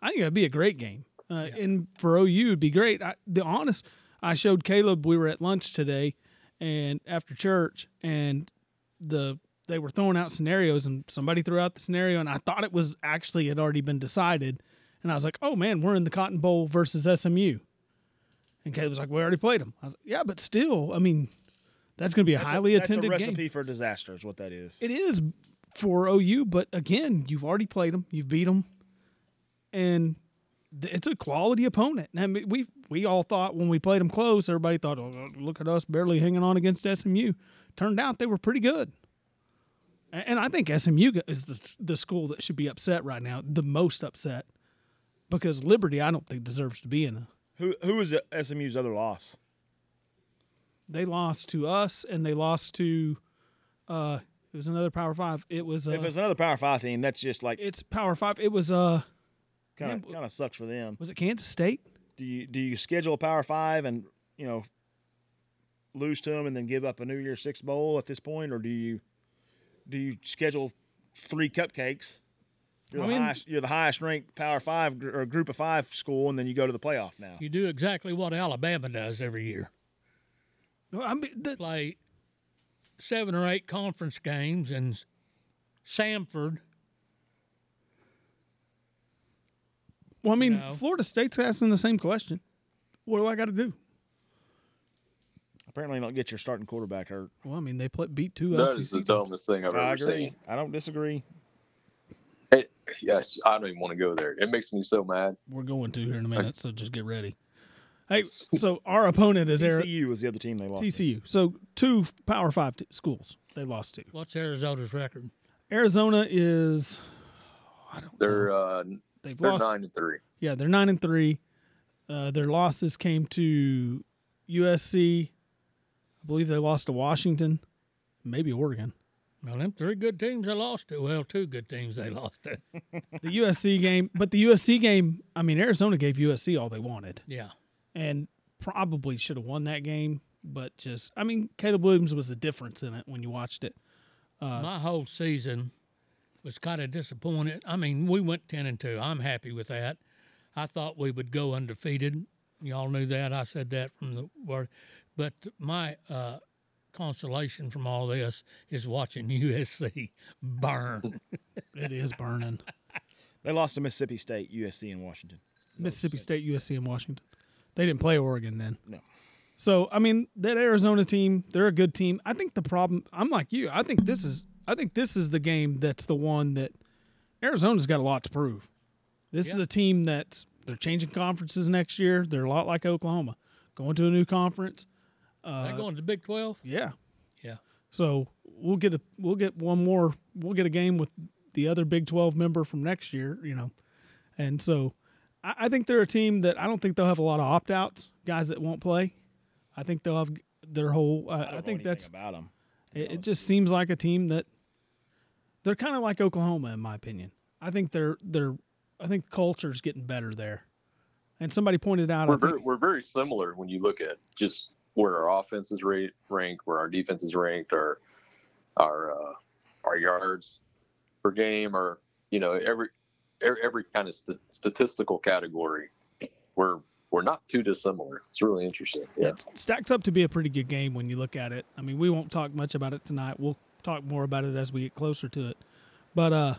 Speaker 1: I think that'd be a great game. Uh, And for OU, it'd be great. I, the honest, I showed Caleb. We were at lunch today, and after church, and the they were throwing out scenarios and somebody threw out the scenario and I thought it was actually had already been decided and I was like, "Oh man, we're in the Cotton Bowl versus SMU." And Caleb was like, "We already played them." I was like, "Yeah, but still, I mean, that's going to be a
Speaker 5: That's a-
Speaker 1: highly
Speaker 5: that's
Speaker 1: attended
Speaker 5: a recipe
Speaker 1: game.
Speaker 5: for disaster is what that is.
Speaker 1: It is for OU, but again, you've already played them, you've beat them, and th- it's a quality opponent. And I mean, we we all thought when we played them close, everybody thought, "Oh, look at us, barely hanging on against SMU." Turned out they were pretty good. A- And I think SMU g- is the the school that should be upset right now, the most upset, because Liberty I don't think deserves to be in a
Speaker 5: Who who is SMU's other loss?
Speaker 1: they lost to us and they lost to uh it was another power five it was uh,
Speaker 5: If it's another Power Five team, that's just like
Speaker 1: it's power five it was uh
Speaker 5: kind of kind of sucks for them.
Speaker 1: was it kansas state
Speaker 5: Do you do you schedule a Power Five and you know lose to them and then give up a New Year's Six bowl at this point, or do you do you schedule three cupcakes? You're,
Speaker 1: I
Speaker 5: the,
Speaker 1: mean-
Speaker 5: highest, you're the highest ranked Power Five gr- or Group of Five school, and then you go to the playoff now.
Speaker 3: You do exactly what Alabama does every year.
Speaker 1: Well, I mean, the,
Speaker 3: Play seven or eight conference games and Samford.
Speaker 1: well i mean
Speaker 3: No.
Speaker 1: florida state's asking the same question what do i got to do
Speaker 5: Apparently, you don't get your starting quarterback hurt.
Speaker 1: well i mean they play, beat two
Speaker 4: That
Speaker 1: SEC
Speaker 4: is the
Speaker 1: teams.
Speaker 4: dumbest thing I've
Speaker 5: I
Speaker 4: ever
Speaker 5: agree.
Speaker 4: seen.
Speaker 5: I don't disagree.
Speaker 4: It, yes, I don't even want to go there. It makes me so mad.
Speaker 1: we're going to here in a minute so just get ready
Speaker 4: <laughs>
Speaker 1: hey so our opponent is Ari-
Speaker 5: TCU was the other team they lost. to.
Speaker 1: tcu so two power five t- schools they lost to
Speaker 3: What's Arizona's record?
Speaker 1: arizona is
Speaker 4: They're uh,
Speaker 1: they've
Speaker 4: they're
Speaker 1: lost
Speaker 4: nine and three.
Speaker 1: Yeah, they're nine and three. Uh, their losses came to USC. I believe they lost to Washington, maybe Oregon.
Speaker 3: Well, them three good teams they lost to. Well, two good teams they <laughs> lost to.
Speaker 1: The USC game, but the USC game, I mean, Arizona gave USC all they wanted
Speaker 3: Yeah.
Speaker 1: and probably should have won that game, but just, I mean, Caleb Williams was the difference in it when you watched it.
Speaker 3: My whole season was kind of disappointed. I mean, we went 10 and 2. I'm happy with that. I thought we would go undefeated. Y'all knew that. I said that from the word. But my uh, consolation from all this is watching <laughs> USC burn.
Speaker 1: It is burning.
Speaker 5: They lost to Mississippi State, USC, and Washington.
Speaker 1: Mississippi State, USC, and Washington. They didn't play Oregon then.
Speaker 5: No.
Speaker 1: So I mean, that Arizona team, they're a good team. I think the problem, I'm like you. I think this is, I think this is the game that's the one that Arizona's got a lot to prove. This is a team that's they're changing conferences next year. They're a lot like Oklahoma, going to a new conference.
Speaker 3: They're going to Big 12?
Speaker 1: Yeah.
Speaker 3: Yeah.
Speaker 1: So we'll get a we'll get one more we'll get a game with the other Big Twelve member from next year, you know. And so I, I think they're a team that I don't think they'll have a lot of opt outs, guys that won't play. I think they'll have their whole. I, I,
Speaker 5: don't know
Speaker 1: think
Speaker 5: anything
Speaker 1: that's
Speaker 5: about them.
Speaker 1: it, it. Just seems like a team that they're kind of like Oklahoma, in my opinion. I think they're they're I think culture's getting better there. And somebody pointed out,
Speaker 4: We're
Speaker 1: I think,
Speaker 4: very, we're very similar when you look at just where our offense is rate, ranked, where our defense is ranked, our our uh, our yards per game, or you know every every, every kind of st- statistical category. We're we're not too dissimilar. It's really interesting. <laughs> Yeah.
Speaker 1: It stacks up to be a pretty good game when you look at it. I mean, we won't talk much about it tonight. We'll talk more about it as we get closer to it. But uh,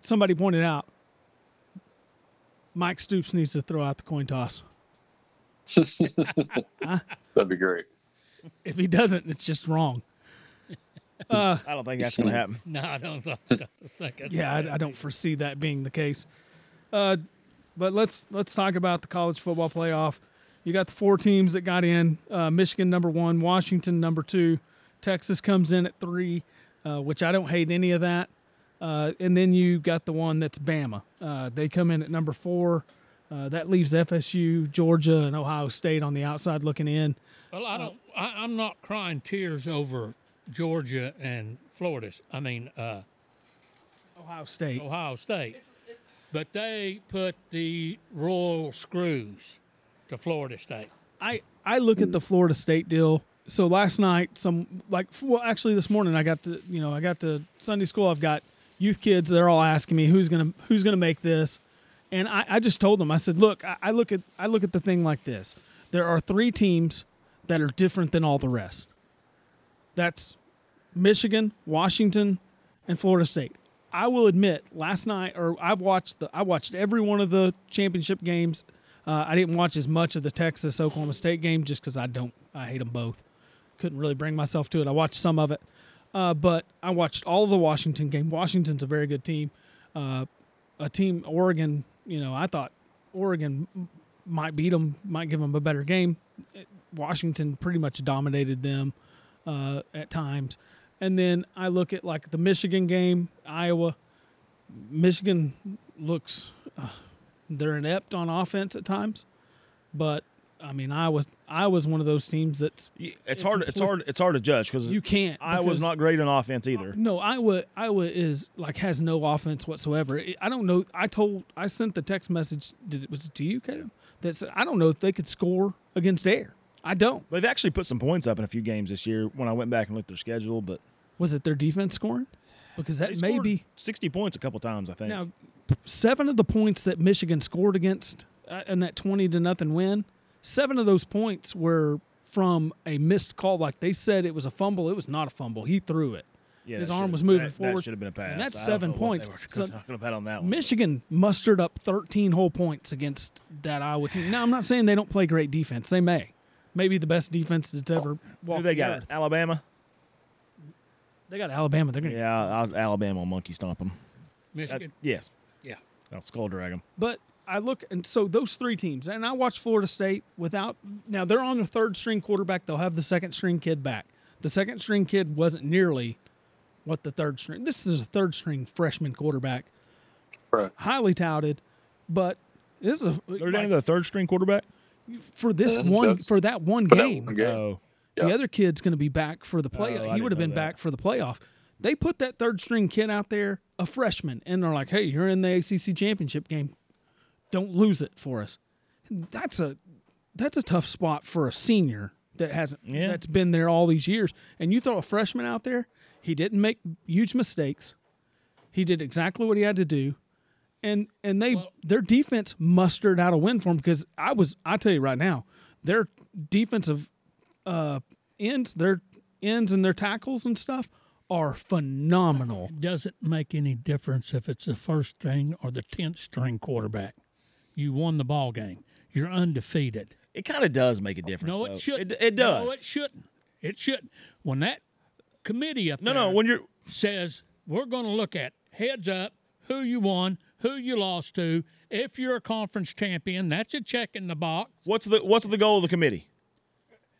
Speaker 1: somebody pointed out Mike Stoops needs to throw out the coin toss.
Speaker 4: That'd be great.
Speaker 1: If he doesn't, it's just wrong. Uh,
Speaker 5: I don't think that's going to happen.
Speaker 3: No, I don't think, I don't think that's
Speaker 1: yeah, I, I don't foresee that being the case. Uh, but let's let's talk about the college football playoff. You got the four teams that got in: uh, Michigan number one, Washington number two, Texas comes in at three, uh, which I don't hate any of that. Uh, and then you got the one that's Bama. Uh, they come in at number four. Uh, that leaves FSU, Georgia, and Ohio State on the outside looking in.
Speaker 3: Well, I don't. I, I'm not crying tears over Georgia and Florida. I mean, uh,
Speaker 1: Ohio State.
Speaker 3: Ohio State. But they put the royal screws to Florida State.
Speaker 1: I I look at the Florida State deal. So last night, some like well, actually this morning, I got to you know I got to Sunday school. I've got youth kids. They're all asking me who's gonna who's gonna make this, and I, I just told them I said, look, I, I look at I look at the thing like this. There are three teams that are different than all the rest. That's Michigan, Washington, and Florida State. I will admit, last night or I've watched the I watched every one of the championship games. Uh, I didn't watch as much of the Texas Oklahoma State game just because I don't I hate them both. Couldn't really bring myself to it. I watched some of it, uh, but I watched all of the Washington game. Washington's a very good team. Uh, a team Oregon, you know, I thought Oregon m- might beat them, might give them a better game. It- Washington pretty much dominated them uh, at times. And then I look at like the Michigan game, Iowa. Michigan looks uh, they're inept on offense at times, but I mean I was I was one of those teams that's
Speaker 5: You- It's hard. It's hard. It's hard to judge because
Speaker 1: you can't.
Speaker 5: I was
Speaker 1: because-
Speaker 5: not great on offense either.
Speaker 1: No, Iowa Iowa is like has no offense whatsoever. It- I don't know. I told I sent the text message. Did it was it to you, Caleb? That said I don't know if they could score against air. I don't.
Speaker 5: They've actually put some points up in a few games this year when I went back and looked at their schedule, but
Speaker 1: Was it their defense scoring? Because
Speaker 5: they
Speaker 1: that
Speaker 5: scored
Speaker 1: may be
Speaker 5: 60 points a couple times, I think.
Speaker 1: Now, seven of the points that Michigan scored against uh, in that 20 to nothing win, seven of those points were from a missed call. Like they said it was a fumble. It was not a fumble. He threw it.
Speaker 5: yeah,
Speaker 1: his
Speaker 5: that
Speaker 1: arm
Speaker 5: should've-
Speaker 1: was moving
Speaker 5: that-
Speaker 1: forward,
Speaker 5: That should have been a pass.
Speaker 1: and that's
Speaker 5: I don't
Speaker 1: seven
Speaker 5: know what
Speaker 1: points.
Speaker 5: They were
Speaker 1: So-
Speaker 5: talking about on that one.
Speaker 1: Michigan mustered up 13 whole points against that Iowa team. Now, I'm not saying they don't play great defense. They may. Maybe the best defense that's ever walked
Speaker 5: Who they
Speaker 1: the
Speaker 5: got?
Speaker 1: earth.
Speaker 5: Alabama.
Speaker 1: They got Alabama. They're going to
Speaker 5: Yeah, I'll, Alabama will monkey stomp them.
Speaker 3: Michigan.
Speaker 5: yes,
Speaker 3: yeah.
Speaker 5: I'll skull drag them.
Speaker 1: But I look, and so those three teams, and I watch Florida State without. Now they're on their third string quarterback. They'll have the second string kid back. The second string kid wasn't nearly what the third string. This is a third string freshman quarterback,
Speaker 4: Right.
Speaker 1: highly touted, but this is a,
Speaker 5: They're down
Speaker 1: like,
Speaker 5: to the third string quarterback.
Speaker 1: for this
Speaker 4: Uh,
Speaker 1: one
Speaker 4: that's-
Speaker 1: for that one
Speaker 4: For that
Speaker 1: game.
Speaker 4: one game.
Speaker 5: Oh,
Speaker 1: The
Speaker 4: Yeah.
Speaker 1: other kid's going to be back for the playoff.
Speaker 5: I
Speaker 1: he
Speaker 5: didn't
Speaker 1: would have
Speaker 5: know
Speaker 1: been
Speaker 5: that.
Speaker 1: back for the playoff. They put that third string kid out there, a freshman, and they're like, "Hey, you're in the ACC championship game. Don't lose it for us." That's a that's a tough spot for a senior that hasn't
Speaker 5: Yeah.
Speaker 1: that's been there all these years. And you throw a freshman out there, he didn't make huge mistakes. He did exactly what he had to do. And and they their defense mustered out a win for him because I was I tell you right now, their defensive uh, ends, their ends and their tackles and stuff are phenomenal.
Speaker 3: Doesn't make any difference if it's the first string or the tenth string quarterback. You won the ball game. You're undefeted.
Speaker 5: it kind of does make a difference.
Speaker 3: No,
Speaker 5: though.
Speaker 3: it shouldn't.
Speaker 5: It, it does.
Speaker 3: No, it shouldn't. It shouldn't. When that committee up
Speaker 5: no,
Speaker 3: there
Speaker 5: no. When you're
Speaker 3: says we're going to look at heads up who you won, who you lost to. If you're a conference champion, that's a check in the box.
Speaker 5: what's the what's the goal of the committee?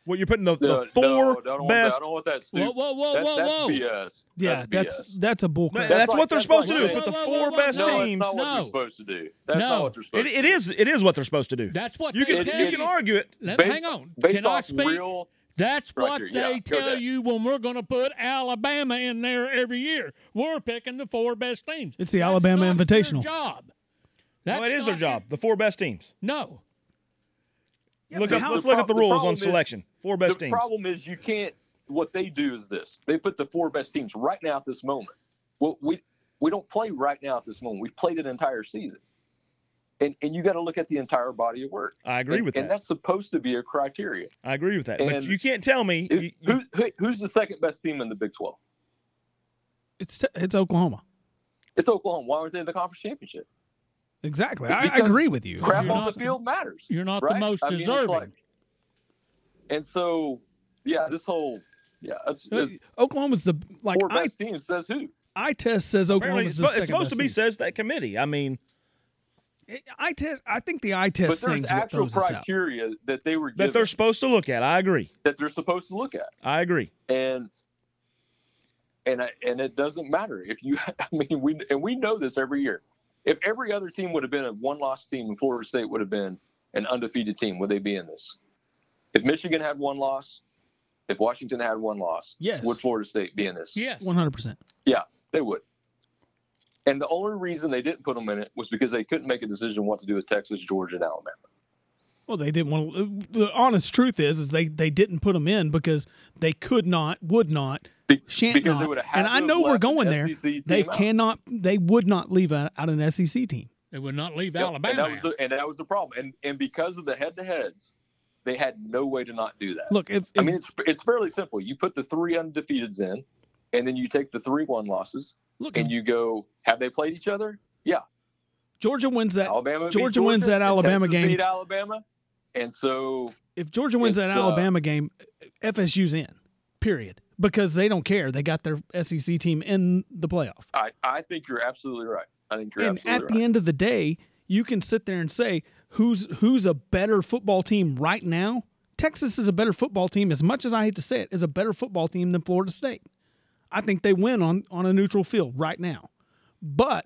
Speaker 5: Well, you're putting the,
Speaker 4: No,
Speaker 5: the four
Speaker 4: no, I don't
Speaker 5: best.
Speaker 4: Want that. I don't want that. Stupid.
Speaker 3: Whoa, whoa, whoa,
Speaker 4: That's-
Speaker 3: whoa,
Speaker 4: that's
Speaker 3: whoa.
Speaker 4: BS.
Speaker 1: Yeah, that's that's,
Speaker 4: BS.
Speaker 1: a bull
Speaker 5: No,
Speaker 1: crap.
Speaker 5: that's,
Speaker 4: That's
Speaker 5: what
Speaker 4: like-
Speaker 5: they're
Speaker 4: that's
Speaker 5: supposed
Speaker 4: like
Speaker 5: to do. Is
Speaker 4: saying-
Speaker 5: put the
Speaker 3: Whoa,
Speaker 5: four
Speaker 3: whoa, whoa,
Speaker 5: best
Speaker 3: whoa.
Speaker 4: no, that's
Speaker 5: teams.
Speaker 4: not what
Speaker 3: No.
Speaker 4: you're supposed to do. That's
Speaker 3: No.
Speaker 4: not what you're supposed
Speaker 5: It,
Speaker 4: to
Speaker 5: it
Speaker 4: do.
Speaker 5: is. It is what they're supposed to do.
Speaker 3: That's what
Speaker 5: you
Speaker 3: they
Speaker 5: can
Speaker 4: it-
Speaker 3: tell
Speaker 5: you can
Speaker 3: you.
Speaker 5: argue it.
Speaker 3: Let,
Speaker 4: Based,
Speaker 3: hang on.
Speaker 4: Based
Speaker 3: Can
Speaker 4: off
Speaker 3: I speak?
Speaker 4: real
Speaker 3: That's what
Speaker 4: Structure,
Speaker 3: they
Speaker 4: yeah, go
Speaker 3: tell
Speaker 4: ahead.
Speaker 3: you when we're going to put Alabama in there every year. We're picking the four best teams.
Speaker 1: It's the
Speaker 3: That's
Speaker 1: Alabama
Speaker 3: not your
Speaker 1: Invitational.
Speaker 3: job.
Speaker 5: No, it is their
Speaker 3: not your-
Speaker 5: job. The four best teams.
Speaker 3: No,
Speaker 5: look
Speaker 4: but
Speaker 5: up,
Speaker 4: how-
Speaker 5: let's
Speaker 4: the
Speaker 5: look up the
Speaker 4: prob- the
Speaker 5: rules
Speaker 4: problem
Speaker 5: on
Speaker 4: is-
Speaker 5: selection. Four best
Speaker 4: the
Speaker 5: teams.
Speaker 4: problem is you can't. What they do is this: they put the four best teams right now at this moment. Well, we we don't play right now at this moment. We've played an entire season, and and you got to look at the entire body of work.
Speaker 5: I agree
Speaker 4: and,
Speaker 5: with
Speaker 4: and
Speaker 5: that.
Speaker 4: that's supposed to be a criteria.
Speaker 5: I agree with that. But
Speaker 4: and-
Speaker 5: you can't tell me.
Speaker 4: Who,
Speaker 5: you- you-
Speaker 4: who, who- who's the second best team in the Big Twelve?
Speaker 1: It's it's Oklahoma.
Speaker 4: It's Oklahoma. Why aren't they in the conference championship?
Speaker 1: Exactly. I, I
Speaker 4: Because
Speaker 1: agree with you.
Speaker 4: Crap
Speaker 3: you're
Speaker 4: on
Speaker 3: not-
Speaker 4: the field matters.
Speaker 3: you're not the
Speaker 4: right?
Speaker 3: most
Speaker 4: I mean, it's
Speaker 3: deserving.
Speaker 4: like- and so, yeah, this whole Yeah, that's,
Speaker 1: Uh,
Speaker 4: that's
Speaker 1: Oklahoma's the like
Speaker 4: four
Speaker 1: I,
Speaker 4: best team says who?
Speaker 1: I test says
Speaker 5: Apparently,
Speaker 1: Oklahoma's
Speaker 5: it's,
Speaker 1: the
Speaker 5: spo- it's
Speaker 1: second
Speaker 5: supposed to be
Speaker 1: best
Speaker 5: says that committee. I mean,
Speaker 1: team. I test. I think the I
Speaker 4: But
Speaker 1: test
Speaker 4: there's
Speaker 1: thing's what
Speaker 4: actual
Speaker 1: throws us out.
Speaker 4: criteria that they were
Speaker 5: that
Speaker 4: given
Speaker 5: they're supposed to look at. I agree.
Speaker 4: that they're supposed to look at.
Speaker 5: I agree.
Speaker 4: and and I, and it doesn't matter if you <laughs> I mean we and we know this every year. If every other team would have been a one-loss team and Florida State would have been an undefeated team, would they be in this? If Michigan had one loss, if Washington had one loss,
Speaker 1: Yes.
Speaker 4: would Florida State be in this?
Speaker 3: Yes.
Speaker 1: One hundred percent.
Speaker 4: They would. And the only reason they didn't put them in it was because they couldn't make a decision what to do with Texas, Georgia, and Alabama.
Speaker 1: Well, they didn't want to. The honest truth is, is they they didn't put them in because they could not, would not,
Speaker 4: Be-
Speaker 1: shan't
Speaker 4: because they
Speaker 1: not.
Speaker 4: would have had
Speaker 1: and
Speaker 4: to
Speaker 1: I
Speaker 4: have
Speaker 1: know we're
Speaker 4: left an
Speaker 1: going there.
Speaker 4: SEC team
Speaker 1: They
Speaker 4: out.
Speaker 1: cannot. They would not leave out, out an SEC team.
Speaker 3: They would not leave
Speaker 4: Yep,
Speaker 3: Alabama.
Speaker 4: And that was
Speaker 3: out.
Speaker 4: the and that was the problem. And and because of the head to heads, they had no way to not do that.
Speaker 1: Look, if, if
Speaker 4: I mean, it's it's fairly simple. You put the three undefeateds in, and then you take the three one losses,
Speaker 1: look, if
Speaker 4: and you go, have they played each other?
Speaker 1: Georgia wins that,
Speaker 4: Alabama. beat
Speaker 1: Georgia wins that
Speaker 4: and
Speaker 1: Alabama
Speaker 4: Texas
Speaker 1: game.
Speaker 4: Beat Alabama, and so
Speaker 1: if Georgia wins that
Speaker 4: it's, uh,
Speaker 1: Alabama game, FSU's in. Period. Because they don't care. They got their SEC team in the playoff.
Speaker 4: I I think you're absolutely right. I think you're
Speaker 1: and at
Speaker 4: absolutely
Speaker 1: the
Speaker 4: right.
Speaker 1: end of the day, you can sit there and say who's who's a better football team right now. Texas is a better football team, as much as I hate to say it, is a better football team than Florida State. I think they win on on a neutral field right now, but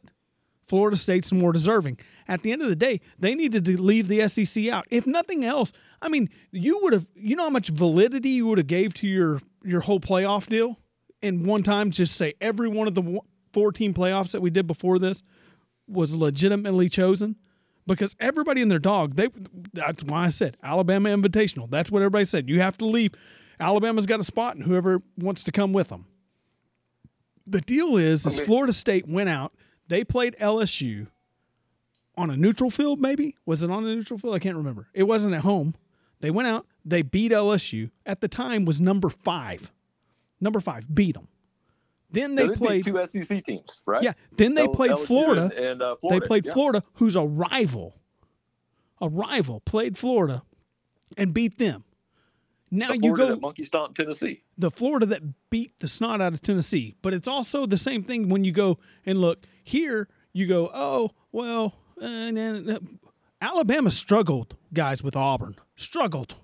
Speaker 1: Florida State's more deserving. At the end of the day, they needed to leave the SEC out. If nothing else, I mean, you would have you know how much validity you would have gave to your your whole playoff deal in one time just say every one of the wo- four team playoffs that we did before this was legitimately chosen because everybody and their dog they that's why I said Alabama Invitational. That's what everybody said. You have to leave. Alabama's got a spot and whoever wants to come with them. The deal is is Florida State went out, they played LSU on a neutral field maybe? Was it on a neutral field? I can't remember. It wasn't at home. They went out, they beat LSU. At the time was number 5. Number 5 beat them. Then they
Speaker 4: So they beat
Speaker 1: played
Speaker 4: two SEC teams, right?
Speaker 1: yeah. Then they
Speaker 4: L-
Speaker 1: played
Speaker 4: LSU
Speaker 1: Florida.
Speaker 4: and, and, uh,
Speaker 1: They
Speaker 4: Florida.
Speaker 1: played
Speaker 4: yeah.
Speaker 1: Florida, who's a rival. A rival played Florida and beat them. Now
Speaker 4: The
Speaker 1: you
Speaker 4: Uh, Florida
Speaker 1: go
Speaker 4: that monkey stomp Tennessee.
Speaker 1: the Florida that beat the snot out of Tennessee, but it's also the same thing when you go and look here. You go, oh well, uh, nah, nah." Alabama struggled, guys, with Auburn struggled,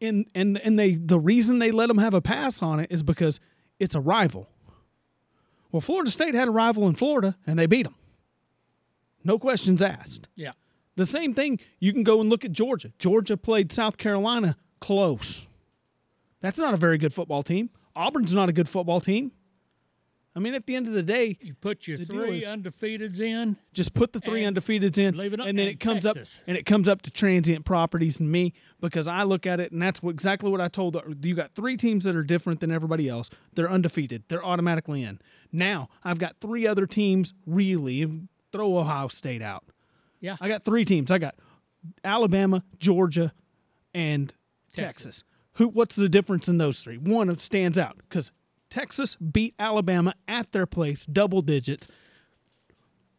Speaker 1: and and and they the reason they let them have a pass on it is because it's a rival. Well, Florida State had a rival in Florida, and they beat them. No questions asked.
Speaker 3: yeah.
Speaker 1: The same thing, you can go and look at Georgia. Georgia played South Carolina close. That's not a very good football team. Auburn's not a good football team. I mean, at the end of the day,
Speaker 3: You put your
Speaker 1: The deal
Speaker 3: three
Speaker 1: is-
Speaker 3: undefeateds in.
Speaker 1: just put the three
Speaker 3: And
Speaker 1: undefeateds in,
Speaker 3: leave it up-
Speaker 1: and then
Speaker 3: and
Speaker 1: it comes
Speaker 3: Texas.
Speaker 1: up and it comes up to transient properties and me because I look at it and that's what, exactly what I told. You got three teams that are different than everybody else. They're undefeated. They're automatically in. Now I've got three other teams. Really, throw Ohio State out.
Speaker 3: Yeah.
Speaker 1: I got three teams. I got Alabama, Georgia, and Texas. Who? What's the difference in those three? One stands out because Texas beat Alabama at their place, double digits.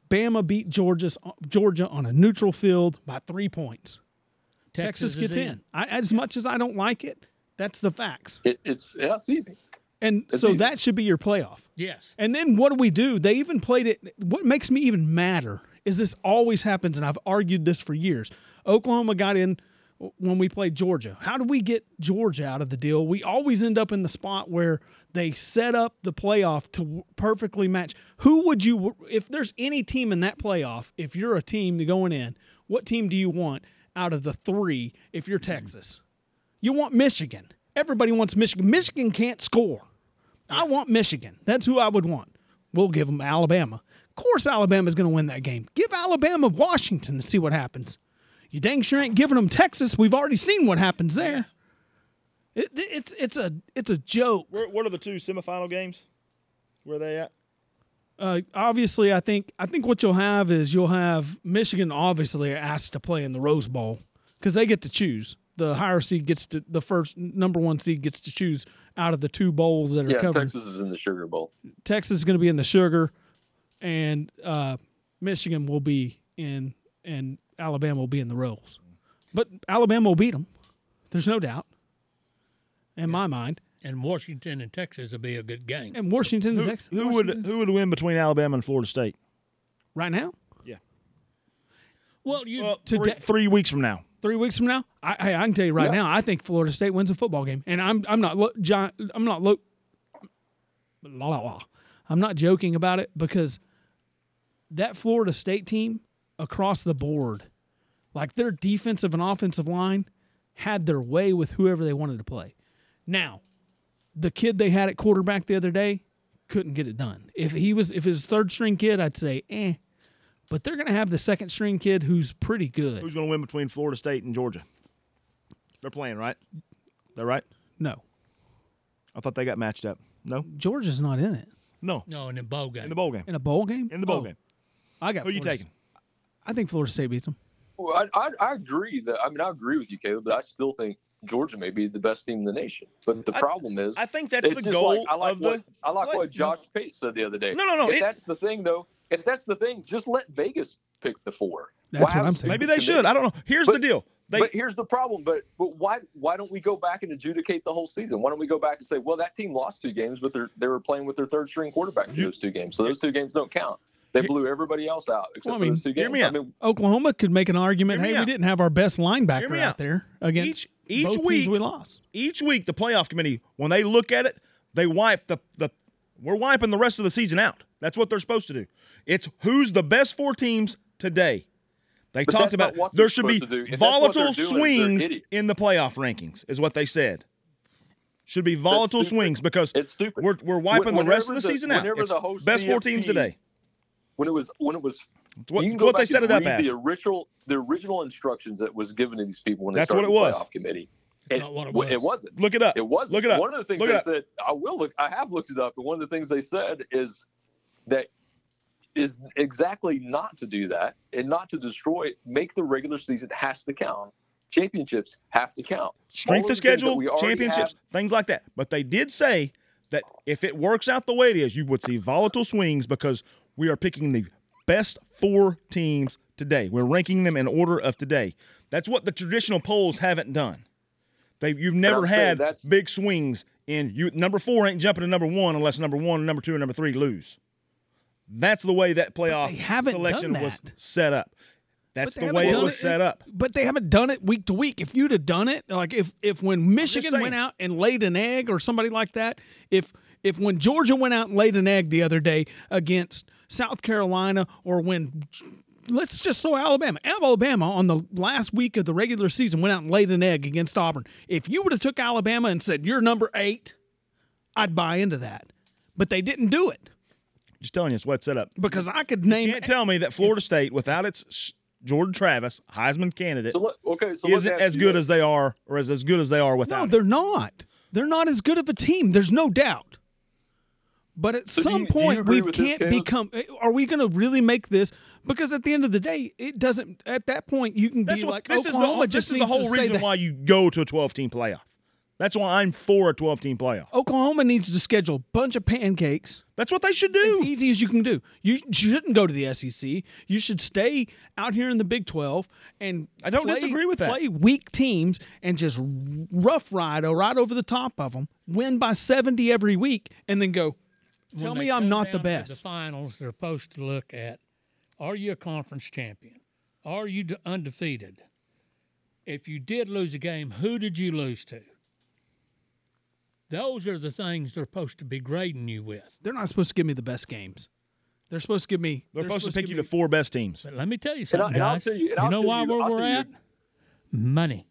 Speaker 1: Bama beat Georgia's, Georgia on a neutral field by three points. Texas,
Speaker 3: is
Speaker 1: gets in. I, as much as I don't like it, that's the facts.
Speaker 4: It, it's yeah, it's easy.
Speaker 1: And so
Speaker 4: easy.
Speaker 1: that should be your playoff.
Speaker 3: Yes.
Speaker 1: And then what do we do? They even played it. What makes me even madder is this always happens, and I've argued this for years. Oklahoma got in when we played Georgia. How do we get Georgia out of the deal? We always end up in the spot where they set up the playoff to perfectly match. Who would you, if there's any team in that playoff, if you're a team going in, what team do you want out of the three if you're Texas? You want Michigan. Everybody wants Michigan. Michigan can't score. I want Michigan. That's who I would want. We'll give them Alabama. Of course, Alabama's going to win that game. Give Alabama Washington and see what happens. You dang sure ain't giving them Texas. We've already seen what happens there. It, it's it's a it's a joke.
Speaker 5: Where, what are the two semifinal games? Where are they at?
Speaker 1: Uh, obviously, I think I think what you'll have is you'll have Michigan obviously asked to play in the Rose Bowl because they get to choose. The higher seed gets to the first number one seed gets to choose out of the two bowls that are
Speaker 4: Yeah,
Speaker 1: covered.
Speaker 4: Texas is in the Sugar Bowl.
Speaker 1: Texas is going to be in the Sugar, and uh, Michigan will be in, and Alabama will be in the Rose. But Alabama will beat them. There's no doubt in my mind.
Speaker 3: and Washington and Texas would be a good game.
Speaker 1: And Washington is
Speaker 5: Who,
Speaker 1: ex-
Speaker 5: who would
Speaker 1: Washington's-
Speaker 5: who would win between Alabama and Florida State?
Speaker 1: right now?
Speaker 3: Well, you
Speaker 5: Well, three,
Speaker 1: Today-
Speaker 5: three weeks from now.
Speaker 1: Three weeks from now? I, hey, I can tell you right
Speaker 5: Yeah.
Speaker 1: now, I think Florida State wins a football game, and I'm I'm not lo- John, I'm not lo- la, la, la. I'm not joking about it because that Florida State team across the board, like their defensive and offensive line, had their way with whoever they wanted to play. Now, the kid they had at quarterback the other day couldn't get it done. If he was if his third string kid, I'd say eh, but they're gonna have the second string kid who's pretty good.
Speaker 5: Who's going to win between Florida State and Georgia? They're playing, right? They're right.
Speaker 1: No,
Speaker 5: I thought they got matched up. No,
Speaker 1: Georgia's not in it
Speaker 5: no,
Speaker 3: no, and then bowl game.
Speaker 5: in the bowl game.
Speaker 1: in a bowl game.
Speaker 5: In the bowl
Speaker 1: Oh,
Speaker 5: game.
Speaker 1: I got.
Speaker 5: Who you
Speaker 1: Florida
Speaker 5: taking?
Speaker 1: S- I think Florida State beats them.
Speaker 4: Well, I, I, I agree that I mean I agree with you, Caleb, but I still think Georgia may be the best team in the nation. But the
Speaker 5: I-
Speaker 4: problem is,
Speaker 5: I think that's
Speaker 4: it's
Speaker 5: the
Speaker 4: just
Speaker 5: goal
Speaker 4: Like, I like
Speaker 5: of the.
Speaker 4: what, I like
Speaker 5: what?
Speaker 4: what, Josh Pate said the other day.
Speaker 5: No, no, no,
Speaker 4: If
Speaker 5: it-
Speaker 4: that's the thing, though, if that's the thing, just let Vegas pick the four.
Speaker 1: That's
Speaker 4: Why
Speaker 1: what I'm
Speaker 4: have
Speaker 1: saying.
Speaker 5: Maybe
Speaker 4: people
Speaker 5: they should.
Speaker 4: commit?
Speaker 5: I don't know. Here's the
Speaker 4: But-
Speaker 5: deal. They
Speaker 4: but here's the problem. But but why why don't we go back and adjudicate the whole season? Why don't we go back and say, well, that team lost two games, but they they were playing with their third string quarterback in
Speaker 5: You-
Speaker 4: those two games, so those two games don't count. They blew everybody else out except
Speaker 1: Well, I mean,
Speaker 4: for those two
Speaker 5: hear
Speaker 4: games.
Speaker 5: me
Speaker 4: I
Speaker 5: out.
Speaker 4: mean,
Speaker 1: Oklahoma could make an argument.
Speaker 5: Hear me
Speaker 1: Hey, we
Speaker 5: out.
Speaker 1: didn't have our best
Speaker 5: Hear
Speaker 1: linebacker
Speaker 5: me
Speaker 1: out
Speaker 5: out.
Speaker 1: there against
Speaker 5: Each- each
Speaker 1: both teams
Speaker 5: week-
Speaker 1: we lost.
Speaker 5: each week the playoff committee when they look at it they wipe the the we're wiping the rest of the season out that's what they're supposed to do it's who's the best four teams today they
Speaker 4: But
Speaker 5: talked
Speaker 4: that's not
Speaker 5: about
Speaker 4: what
Speaker 5: there
Speaker 4: they're
Speaker 5: should be
Speaker 4: supposed to do. If that's what
Speaker 5: volatile
Speaker 4: they're doing, they're
Speaker 5: swings
Speaker 4: idiots.
Speaker 5: in the playoff rankings is what they said should be volatile
Speaker 4: stupid.
Speaker 5: swings because
Speaker 4: It's stupid.
Speaker 5: we're, we're wiping the
Speaker 4: Whenever
Speaker 5: rest of the,
Speaker 4: the-
Speaker 5: season out
Speaker 4: whenever
Speaker 5: It's
Speaker 4: the whole
Speaker 5: best four teams
Speaker 4: CFP
Speaker 5: today
Speaker 4: when it was when it was
Speaker 5: it's what,
Speaker 4: you can
Speaker 5: it's
Speaker 4: go
Speaker 5: what
Speaker 4: back
Speaker 5: they set
Speaker 4: and
Speaker 5: it up
Speaker 4: read
Speaker 5: as
Speaker 4: the original the original instructions that was given to these people when they
Speaker 5: That's
Speaker 4: started
Speaker 5: what it was.
Speaker 4: the playoff committee.
Speaker 3: not what it
Speaker 4: w-
Speaker 3: was.
Speaker 4: It wasn't.
Speaker 5: look it up
Speaker 4: It wasn't.
Speaker 5: look it up
Speaker 4: One of the things
Speaker 5: look
Speaker 4: they
Speaker 5: it up.
Speaker 4: said, I will look. I have looked it up, and one of the things they said is that is exactly not to do that and not to destroy. Make the regular season has to count. Championships have to count.
Speaker 5: strength of
Speaker 4: All of the things that
Speaker 5: schedule,
Speaker 4: we already
Speaker 5: championships, things like that. But they did say that if it works out the way it is, you would see volatile swings because we are picking the best four teams today. We're ranking them in order of today. That's what the traditional polls haven't done. They've you've never
Speaker 4: I'm saying
Speaker 5: had
Speaker 4: that's-
Speaker 5: big swings in you number four ain't jumping to number one unless number one, number two, and number three lose. That's the way that playoff
Speaker 1: they haven't
Speaker 5: selection
Speaker 1: done
Speaker 5: was
Speaker 1: that.
Speaker 5: set up. That's
Speaker 1: But
Speaker 5: the
Speaker 1: they
Speaker 5: way
Speaker 1: haven't
Speaker 5: it
Speaker 1: done
Speaker 5: was set up.
Speaker 1: But they haven't done it week to week. If you'd have done it, like if if when Michigan
Speaker 5: saying.
Speaker 1: went out and laid an egg or somebody like that, if if when Georgia went out and laid an egg the other day against South Carolina or when let's just throw Alabama. Alabama on the last week of the regular season went out and laid an egg against Auburn. If you would have took Alabama and said you're number 8, I'd buy into that. But they didn't do it
Speaker 5: Just telling you, it's what's set up.
Speaker 1: because I could name
Speaker 5: You can't tell me that Florida State, without its sh- Jordan Travis Heisman candidate,
Speaker 4: So let, okay, so let me
Speaker 5: isn't
Speaker 4: ask
Speaker 5: as
Speaker 4: you
Speaker 5: good
Speaker 4: this.
Speaker 5: as they are, or is as good as they are
Speaker 1: No,
Speaker 5: without. him.
Speaker 1: they're not. They're not as good of a team. There's no doubt. But at
Speaker 4: do
Speaker 1: some
Speaker 4: you- do you
Speaker 1: point,
Speaker 4: agree
Speaker 1: we
Speaker 4: with this,
Speaker 1: can't
Speaker 4: Caleb?
Speaker 1: become. eh, Are we going to really make this? Because at the end of the day, it doesn't. At that point, you can
Speaker 5: That's
Speaker 1: be
Speaker 5: what
Speaker 1: like,
Speaker 5: this
Speaker 1: Oklahoma
Speaker 5: is. The,
Speaker 1: just
Speaker 5: this is the
Speaker 1: needs
Speaker 5: whole
Speaker 1: to say
Speaker 5: reason
Speaker 1: that-
Speaker 5: why you go to a 12-team playoff. That's why I'm for a 12-team playoff.
Speaker 1: Oklahoma needs to schedule a bunch of pancakes
Speaker 5: That's what they should
Speaker 1: as
Speaker 5: do.
Speaker 1: easy as you can do. You shouldn't go to the SEC. You should stay out here in the Big 12 and
Speaker 5: I don't
Speaker 1: play-
Speaker 5: disagree with that.
Speaker 1: Play weak teams and just rough ride or right over the top of them, win by 70 every week, and then go,
Speaker 3: When
Speaker 1: tell
Speaker 3: they
Speaker 1: me I'm
Speaker 3: come
Speaker 1: not the
Speaker 3: down to The
Speaker 1: best.
Speaker 3: finals they're supposed to look at: Are you a conference champion? Are you d- undefeated? If you did lose a game, who did you lose to? Those are the things they're supposed to be grading you with.
Speaker 1: They're not supposed to give me the best games. They're supposed to give me.
Speaker 5: They're, supposed, to pick you
Speaker 1: give
Speaker 5: the
Speaker 1: me-
Speaker 5: four best teams.
Speaker 3: But let me tell you
Speaker 4: And I-
Speaker 3: something,
Speaker 4: and I'll
Speaker 3: guys.
Speaker 4: tell you- and I'll
Speaker 3: know
Speaker 4: tell
Speaker 3: why
Speaker 4: you-
Speaker 3: where
Speaker 4: I'll
Speaker 3: we're
Speaker 4: tell
Speaker 3: at?
Speaker 4: you-
Speaker 3: Money.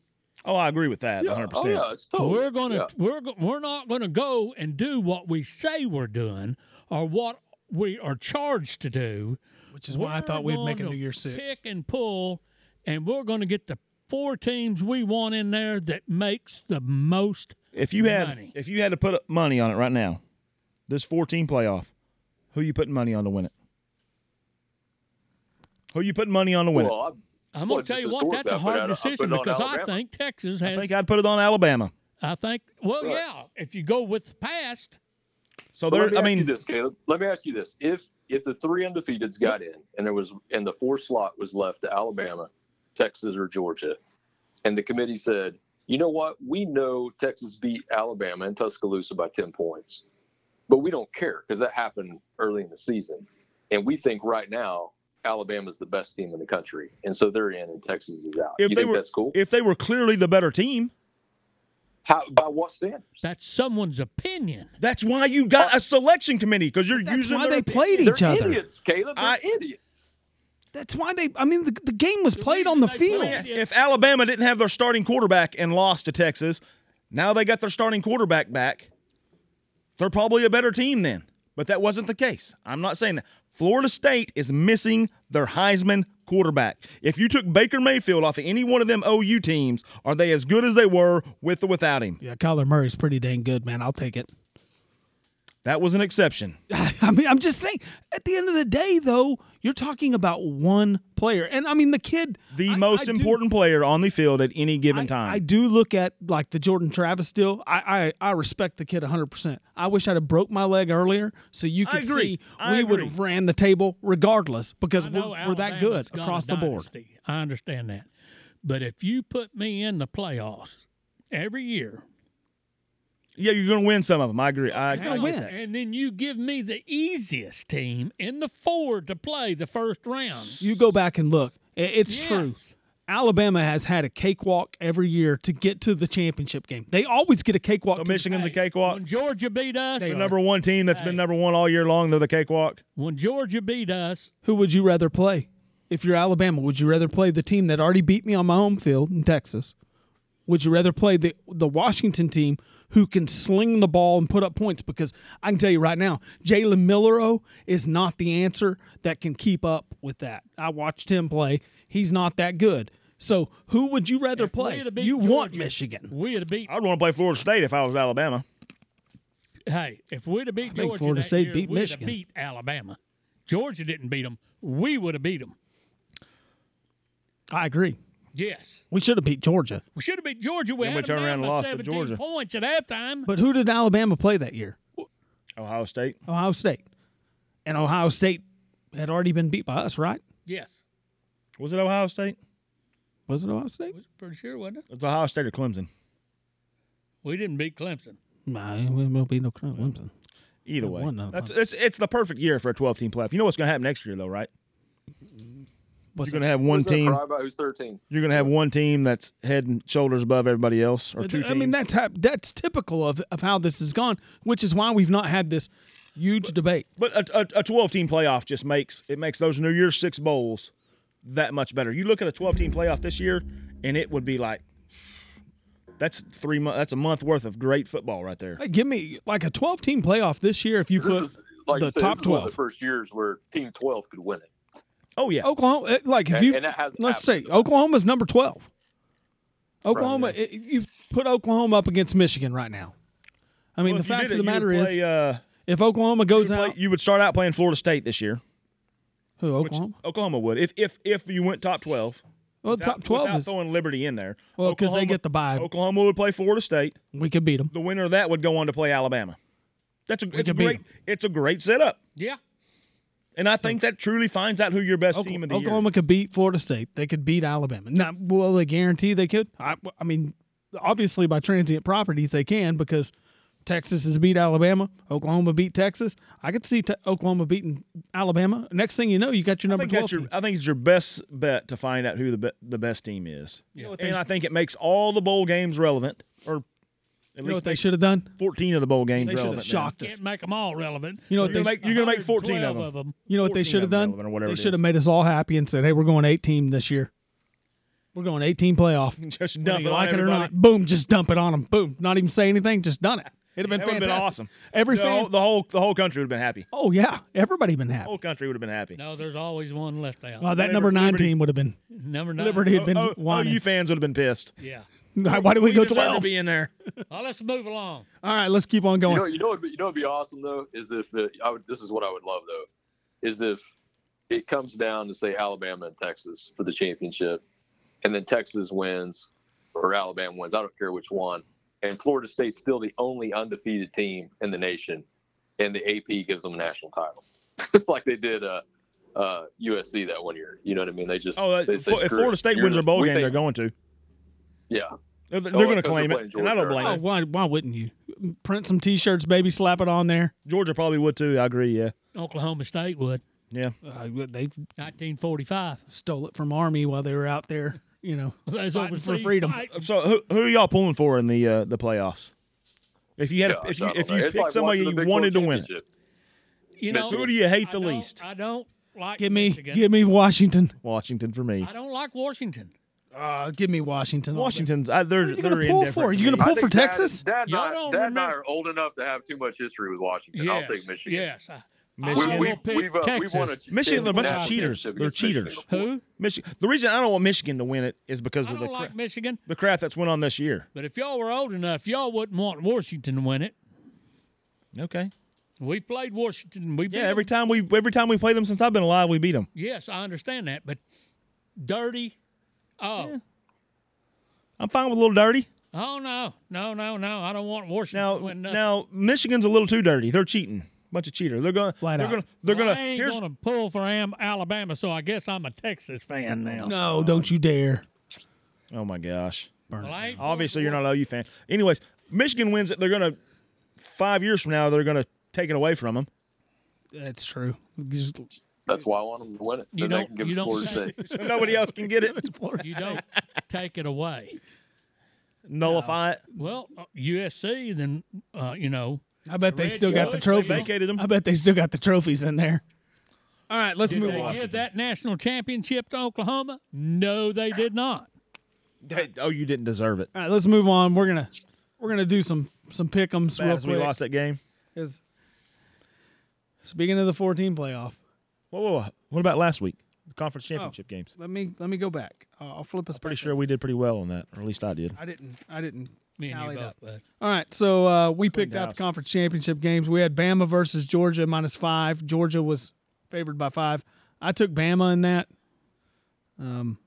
Speaker 5: Oh, I agree with that,
Speaker 4: Yeah.
Speaker 5: 100.
Speaker 4: Oh,
Speaker 5: percent
Speaker 4: yeah, it's totally,
Speaker 3: we're gonna
Speaker 4: yeah.
Speaker 3: we're go- we're not gonna go and do what we say we're doing or what we are charged to do.
Speaker 1: Which is why I
Speaker 3: We're
Speaker 1: thought we'd make a
Speaker 3: gonna
Speaker 1: New Year's Six.
Speaker 3: Pick and pull, and we're gonna get the four teams we want in there that makes the most.
Speaker 5: If you had,
Speaker 3: Money.
Speaker 5: if you had to put up money on it right now, this 14 playoff, who you putting money on to win it? Who you putting money on to win it?
Speaker 4: Well, I'm-
Speaker 3: I'm
Speaker 4: Well,
Speaker 3: gonna tell
Speaker 4: just
Speaker 3: you
Speaker 4: as
Speaker 3: what,
Speaker 4: short
Speaker 3: that's
Speaker 4: that,
Speaker 3: a
Speaker 4: but I-
Speaker 3: hard
Speaker 4: I put it
Speaker 3: decision
Speaker 4: on
Speaker 3: because I
Speaker 4: Alabama.
Speaker 3: think Texas
Speaker 5: I
Speaker 3: has.
Speaker 5: think I'd put it on Alabama.
Speaker 3: I think- well,
Speaker 4: Right.
Speaker 3: yeah. If you go with the past,
Speaker 5: So
Speaker 4: But
Speaker 5: there,
Speaker 4: let me
Speaker 5: I
Speaker 4: ask you
Speaker 5: mean,
Speaker 4: this, Caleb. Let me ask you this: if if the three undefeateds got in, and there was and the fourth slot was left to Alabama, Texas, or Georgia, and the committee said you know what? We know Texas beat Alabama in Tuscaloosa by 10 points, but we don't care because that happened early in the season. And we think right now Alabama's the best team in the country. And so they're in and Texas is out.
Speaker 5: If
Speaker 4: you
Speaker 5: they
Speaker 4: think
Speaker 5: were-
Speaker 4: that's cool?
Speaker 5: If they were clearly the better team,
Speaker 4: How, by what standards?
Speaker 3: That's someone's opinion.
Speaker 5: that's why you got a selection committee because you're
Speaker 1: That's
Speaker 5: using
Speaker 1: why
Speaker 5: their
Speaker 1: they played
Speaker 4: They're
Speaker 1: each other.
Speaker 4: idiots, Caleb. They're
Speaker 5: I-
Speaker 4: idiots.
Speaker 1: That's why they. I mean, the, the game was played on the
Speaker 3: reason they
Speaker 1: field.
Speaker 3: played it-
Speaker 5: If Alabama didn't have their starting quarterback and lost to Texas, now they got their starting quarterback back. They're probably a better team then. But that wasn't the case. I'm not saying that. Florida State is missing their Heisman quarterback. If you took Baker Mayfield off of any one of them OU teams, are they as good as they were with or without him?
Speaker 6: Yeah, Kyler Murray's pretty dang good, man. I'll take it.
Speaker 5: That was an exception.
Speaker 1: <laughs> I mean, I'm just saying. At the end of the day, though, you're talking about one player, and I mean the kid.
Speaker 5: The
Speaker 1: I-
Speaker 5: most
Speaker 1: I do-
Speaker 5: important player on the field at any given
Speaker 1: I-
Speaker 5: time.
Speaker 1: I do look at like the Jordan Travis deal. I I, I respect the kid 100. percent I wish I'd have broke my leg earlier, so you
Speaker 5: I
Speaker 1: could
Speaker 5: agree.
Speaker 1: see
Speaker 5: I
Speaker 1: we would
Speaker 5: agree.
Speaker 1: have ran the table regardless because
Speaker 3: I
Speaker 1: we're,
Speaker 3: know
Speaker 1: we're that
Speaker 3: Alabama's
Speaker 1: good
Speaker 3: got a
Speaker 1: across the board.
Speaker 3: dynasty. I understand that. But if you put me in the playoffs every year,
Speaker 5: yeah, you're going to win some of them. I agree. I, I
Speaker 1: win.
Speaker 5: get that.
Speaker 3: and then you give me the easiest team in the four to play the first round.
Speaker 1: You go back and look. I- It's true.
Speaker 3: Yes.
Speaker 1: Alabama has had a cakewalk every year to get to the championship game. They always get a cakewalk.
Speaker 5: So
Speaker 1: to the-
Speaker 5: Michigan's a
Speaker 3: Hey,
Speaker 5: cakewalk.
Speaker 3: When Georgia beat us,
Speaker 5: The number one team that's been number one all year long, they're the cakewalk.
Speaker 3: when Georgia beat us,
Speaker 1: Who would you rather play? If you're Alabama, would you rather play the team that already beat me on my home field in Texas? Would you rather play the the Washington team who can sling the ball and put up points? Because I can tell you right now, Jalen Millero is not the answer that can keep up with that. I watched him play; he's not that good. So, who would you rather
Speaker 3: we'd
Speaker 1: play?
Speaker 3: have beat
Speaker 1: You want
Speaker 3: Georgia.
Speaker 1: Michigan?
Speaker 3: we'd have beat.
Speaker 5: I'd want to play Florida State if I was Alabama.
Speaker 3: Hey, if we'd have beat
Speaker 1: think
Speaker 3: Georgia,
Speaker 1: Florida
Speaker 3: that
Speaker 1: State
Speaker 3: year,
Speaker 1: beat
Speaker 3: we'd
Speaker 1: Michigan.
Speaker 3: have beat Alabama. Georgia didn't beat them. We would have beat them.
Speaker 1: I agree.
Speaker 3: Yes,
Speaker 1: We should have beat Georgia.
Speaker 3: we should have beat Georgia. We
Speaker 5: Then we
Speaker 3: had them
Speaker 5: turned
Speaker 3: down
Speaker 5: around and
Speaker 3: by
Speaker 5: lost to
Speaker 3: 17
Speaker 5: Georgia.
Speaker 3: points at halftime.
Speaker 1: But who did Alabama play that year?
Speaker 5: Ohio State.
Speaker 1: Ohio State. And Ohio State had already been beat by us, right?
Speaker 3: Yes,
Speaker 5: Was it Ohio State?
Speaker 1: Was it Ohio State?
Speaker 3: was pretty sure wasn't it?
Speaker 5: It was Ohio State or Clemson.
Speaker 3: We didn't beat Clemson.
Speaker 1: No, it won't be no Colonel Clemson.
Speaker 5: Either
Speaker 1: It
Speaker 5: way,
Speaker 1: wasn't Ohio
Speaker 5: that's it's it's the perfect year for a 12 team playoff. You know what's going to happen next year though, right?
Speaker 1: What's
Speaker 5: You're going to have one
Speaker 4: Who's that
Speaker 5: team.
Speaker 4: cry about? Who's 13?
Speaker 5: You're going to have one team that's head and shoulders above everybody else, or
Speaker 1: It's-
Speaker 5: two teams.
Speaker 1: I mean, that's hap- that's typical of, of how this has gone, which is why we've not had this huge debate.
Speaker 5: But a, a, a 12 team playoff just makes it makes those New Year's six bowls that much better. You look at a 12 team playoff this year, and it would be like that's three months. That's a month worth of great football right there.
Speaker 1: Hey, give me like a 12 team playoff this year if you
Speaker 4: This
Speaker 1: put
Speaker 4: is, like
Speaker 1: the
Speaker 4: you said,
Speaker 1: top
Speaker 4: this is one of
Speaker 1: 12.
Speaker 4: the first years where Team 12 could win it.
Speaker 5: Oh yeah,
Speaker 1: Oklahoma, eh, like if
Speaker 4: And-
Speaker 1: you
Speaker 4: and that hasn't
Speaker 1: let's say
Speaker 4: happened.
Speaker 1: Oklahoma's number 12. Oklahoma, eh, you put Oklahoma up against Michigan right now. I mean,
Speaker 5: Well,
Speaker 1: the
Speaker 5: if you
Speaker 1: fact of
Speaker 5: did it,
Speaker 1: the
Speaker 5: you would
Speaker 1: matter
Speaker 5: play,
Speaker 1: is,
Speaker 5: uh,
Speaker 1: if Oklahoma goes
Speaker 5: play-
Speaker 1: out,
Speaker 5: you would start out playing Florida State this year.
Speaker 1: who
Speaker 5: Which
Speaker 1: Oklahoma?
Speaker 5: Oklahoma would if if if you went top twelve.
Speaker 1: Well,
Speaker 5: without-
Speaker 1: top 12
Speaker 5: without
Speaker 1: is
Speaker 5: throwing Liberty in there.
Speaker 1: Well, 'cause they
Speaker 5: Oklahoma-
Speaker 1: get the bye.
Speaker 5: Oklahoma would play Florida State.
Speaker 1: we could beat them.
Speaker 5: The winner of that would go on to play Alabama. That's a it's a
Speaker 1: could beat
Speaker 5: great
Speaker 1: 'em.
Speaker 5: it's a great setup,
Speaker 3: Yeah,
Speaker 5: and I think that truly finds out who your best team of the
Speaker 1: Oklahoma
Speaker 5: year.
Speaker 1: could beat Florida State. They could beat Alabama. Now, will they guarantee they could? I, I mean, obviously by transient properties they can because Texas has beat Alabama. Oklahoma beat Texas. I could see te- Oklahoma beating Alabama. Next thing you know, you got your
Speaker 5: I
Speaker 1: number
Speaker 5: think
Speaker 1: twelve.
Speaker 5: that's your
Speaker 1: team.
Speaker 5: I think it's your best bet to find out who the be, the best team is.
Speaker 3: You know what
Speaker 5: and I think it makes all the bowl games relevant, or at
Speaker 1: You know
Speaker 5: least
Speaker 1: what they
Speaker 5: makes
Speaker 1: should have done?
Speaker 5: fourteen of the bowl games
Speaker 1: They should
Speaker 5: relevant.
Speaker 1: have
Speaker 5: now. <laughs>
Speaker 1: shocked us.
Speaker 3: can't make them all relevant.
Speaker 1: You know what
Speaker 5: You're gonna
Speaker 1: they?
Speaker 5: make you're gonna make fourteen of
Speaker 3: 112
Speaker 5: them.
Speaker 3: of them.
Speaker 1: You know what they
Speaker 5: 14
Speaker 1: should have
Speaker 5: of them
Speaker 1: done?
Speaker 5: relevant or whatever
Speaker 1: They
Speaker 5: it
Speaker 1: should
Speaker 5: is.
Speaker 1: have made us all happy and said, "Hey, we're going eighteen this year. We're going eighteen playoff.
Speaker 5: Just
Speaker 1: Whether
Speaker 5: dump
Speaker 1: you
Speaker 5: it on
Speaker 1: like it or
Speaker 5: everybody.
Speaker 1: not, boom, just dump it on them. Boom, not even say anything, just done it. It'd have been
Speaker 5: That would have
Speaker 1: fantastic.
Speaker 5: been awesome.
Speaker 1: Every
Speaker 5: the,
Speaker 1: fan,
Speaker 5: whole, the Oh, whole the whole country would have been happy.
Speaker 1: Oh yeah, everybody been happy.
Speaker 5: The whole country would have been happy.
Speaker 3: No, there's always one left out.
Speaker 1: Well, Oh, that
Speaker 5: Liberty-
Speaker 1: number nine
Speaker 5: Liberty-
Speaker 1: team would have been
Speaker 3: Number nine.
Speaker 1: Liberty had been
Speaker 5: Oh, oh,
Speaker 1: whining.
Speaker 5: you fans would have been pissed.
Speaker 3: Yeah.
Speaker 1: <laughs> Why did we, go
Speaker 5: deserve to
Speaker 1: twelve?
Speaker 5: be in there.
Speaker 3: Well, let's move along.
Speaker 1: All right, let's keep on
Speaker 4: You
Speaker 1: going.
Speaker 4: know, you know, what'd be- you know, it'd be awesome though. Is if the, I would, this is what I would love though, is if it comes down to say Alabama and Texas for the championship, and then Texas wins or Alabama wins. I don't care which one, and Florida State's still the only undefeated team in the nation, and the AP gives them a national title, <laughs> like they did uh, uh, USC that one year. You know what I mean? They just
Speaker 5: Oh, uh,
Speaker 4: they
Speaker 5: Flo-
Speaker 4: say,
Speaker 5: if
Speaker 4: "Screw
Speaker 5: Florida
Speaker 4: it.
Speaker 5: State
Speaker 4: You're
Speaker 5: wins
Speaker 4: the-
Speaker 5: their bowl
Speaker 4: we
Speaker 5: game,
Speaker 4: think-
Speaker 5: they're going to.
Speaker 4: Yeah,
Speaker 5: They're,
Speaker 4: Oh,
Speaker 5: going to
Speaker 4: because they're
Speaker 5: claim it,
Speaker 4: playing
Speaker 5: and I don't
Speaker 4: Georgia.
Speaker 5: blame
Speaker 1: Oh,
Speaker 5: them.
Speaker 1: why, why wouldn't you? Print some t shirts, baby, slap it on there.
Speaker 5: Georgia probably would too. I agree. Yeah,
Speaker 3: Oklahoma State would.
Speaker 5: yeah.
Speaker 1: Uh, they
Speaker 3: 1945.
Speaker 1: stole it from Army while they were out there, you <laughs> know.
Speaker 3: Those
Speaker 1: Fighting for
Speaker 3: overseas
Speaker 1: freedom.
Speaker 3: fight-
Speaker 5: So who who are y'all pulling for in the uh, the playoffs? If you had
Speaker 4: Gosh,
Speaker 5: if
Speaker 4: I
Speaker 5: you
Speaker 4: don't
Speaker 5: if
Speaker 4: know.
Speaker 5: you
Speaker 4: It's
Speaker 5: picked
Speaker 4: like
Speaker 5: somebody
Speaker 4: watching the
Speaker 5: you
Speaker 4: Big
Speaker 5: wanted to
Speaker 4: World
Speaker 5: win it,
Speaker 4: Championship.
Speaker 3: You know,
Speaker 5: who do you hate the
Speaker 3: I don't-
Speaker 5: least?
Speaker 3: I don't like
Speaker 1: Give me,
Speaker 3: Michigan.
Speaker 1: give me Washington.
Speaker 5: Washington for me.
Speaker 3: I don't like Washington.
Speaker 1: Uh, give me Washington.
Speaker 5: Washington's I, they're
Speaker 1: you
Speaker 5: they're
Speaker 1: gonna pull
Speaker 5: indifferent
Speaker 1: for?
Speaker 5: to
Speaker 1: You gonna
Speaker 5: me.
Speaker 1: pull-
Speaker 4: I
Speaker 1: for
Speaker 4: think Dad-
Speaker 1: Texas?
Speaker 4: Dad, and
Speaker 3: Y'all
Speaker 4: I-
Speaker 3: don't
Speaker 4: Dad and I
Speaker 3: remember-
Speaker 4: are old enough to have too much history with Washington. I'll
Speaker 3: Yes,
Speaker 4: take Michigan.
Speaker 3: Yes. I-
Speaker 5: Michigan.
Speaker 3: I
Speaker 4: We, we,
Speaker 3: will pick
Speaker 4: we've, uh,
Speaker 3: Texas.
Speaker 4: we won a
Speaker 5: Michigan, they're a bunch of
Speaker 4: national
Speaker 5: cheaters.
Speaker 4: championship
Speaker 5: They're
Speaker 4: against Michigan.
Speaker 5: cheaters.
Speaker 3: Who?
Speaker 5: Michi- The reason I don't want Michigan to win it is because
Speaker 3: I
Speaker 5: of the
Speaker 3: don't
Speaker 5: cra-
Speaker 3: like Michigan.
Speaker 5: the crap that's went on this year.
Speaker 3: But if y'all were old enough, y'all wouldn't want Washington to win it.
Speaker 5: Okay.
Speaker 3: We played Washington. We beat
Speaker 5: Yeah, every time
Speaker 3: them.
Speaker 5: we every time we play them since I've been alive, we beat them.
Speaker 3: Yes, I understand that, but dirty. Oh,
Speaker 5: I'm fine with a little dirty.
Speaker 3: oh no, no, no, no! I don't want Washington
Speaker 5: Now,
Speaker 3: to win nothing.
Speaker 5: now Michigan's a little too dirty. They're cheating. Bunch of cheater. They're going.
Speaker 1: Flat
Speaker 5: they're
Speaker 1: out.
Speaker 5: going. They're
Speaker 3: Well,
Speaker 5: going.
Speaker 3: I ain't
Speaker 5: Here's
Speaker 3: gonna pull for Am- Alabama, so I guess I'm a Texas fan now.
Speaker 1: No, don't you dare.
Speaker 5: Oh my gosh.
Speaker 3: Well, I ain't pulling
Speaker 5: Obviously,
Speaker 3: for
Speaker 5: you're not an OU fan. Anyways, Michigan wins it. They're going to five years from now. They're going to take it away from them.
Speaker 1: That's true. Just
Speaker 4: That's why I want them to win it.
Speaker 3: You
Speaker 4: Then they
Speaker 3: don't-
Speaker 4: can give
Speaker 3: you
Speaker 4: it
Speaker 3: don't
Speaker 4: Florida
Speaker 3: say-
Speaker 5: <laughs>
Speaker 4: State.
Speaker 5: So nobody else can get it.
Speaker 1: Florida
Speaker 3: You don't take it away.
Speaker 5: Nullify it.
Speaker 3: Well, uh, USC, then uh, you know.
Speaker 1: I bet they
Speaker 3: Red
Speaker 1: still got the
Speaker 3: Bulls, they
Speaker 1: trophies.
Speaker 5: vacated 'em.
Speaker 1: I bet they still got the trophies in there. All right, let's move
Speaker 3: They
Speaker 1: on.
Speaker 3: give that national championship to Oklahoma? No, they did not.
Speaker 5: Hey, Oh, you didn't deserve it.
Speaker 1: All right, let's move on. We're gonna we're gonna do some some pickums real
Speaker 5: As
Speaker 1: quick.
Speaker 5: we lost that game.
Speaker 1: 'cause- Speaking of the 14 playoff,
Speaker 5: Whoa, whoa, whoa. What about last week? The conference championship games.
Speaker 1: let me let me go back. Uh, I'll flip us.
Speaker 5: Oh. Pretty
Speaker 1: back
Speaker 5: sure we did pretty well on that, or at least I did.
Speaker 1: up. I didn't. I didn't.
Speaker 3: Me and
Speaker 1: Tallied
Speaker 3: you both.
Speaker 1: up.
Speaker 3: Bud.
Speaker 1: All right, so uh, we picked out
Speaker 5: house.
Speaker 1: the conference championship games. We had Bama versus Georgia minus five. Georgia was favored by five. I took Bama in that. Um,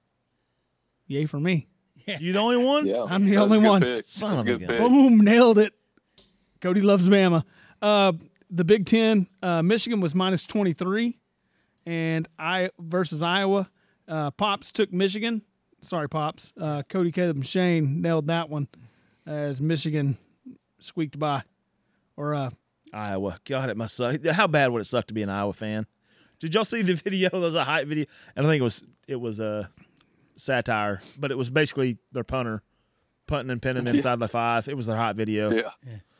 Speaker 1: yay for me.
Speaker 5: You the only one?
Speaker 4: Yeah,
Speaker 1: I'm the
Speaker 4: that's a
Speaker 1: only
Speaker 4: good
Speaker 1: one.
Speaker 4: Pick.
Speaker 5: Son
Speaker 4: That's
Speaker 5: of a
Speaker 4: good
Speaker 5: gun.
Speaker 4: pick.
Speaker 1: Boom, nailed it. Cody loves Bama. Uh, the Big Ten, uh, Michigan was minus 23, and I versus Iowa. Uh, Pops took Michigan. Sorry, Pops. Uh, Cody, Caleb, and Shane nailed that one as Michigan squeaked by. Or uh,
Speaker 5: Iowa. God, it must suck. How bad would it suck to be an Iowa fan? Did y'all see the <laughs> video? There was a hype video. And I think it was it was a satire, but it was basically their punter punting and pinning inside the five. It was their hot video.
Speaker 4: Yeah,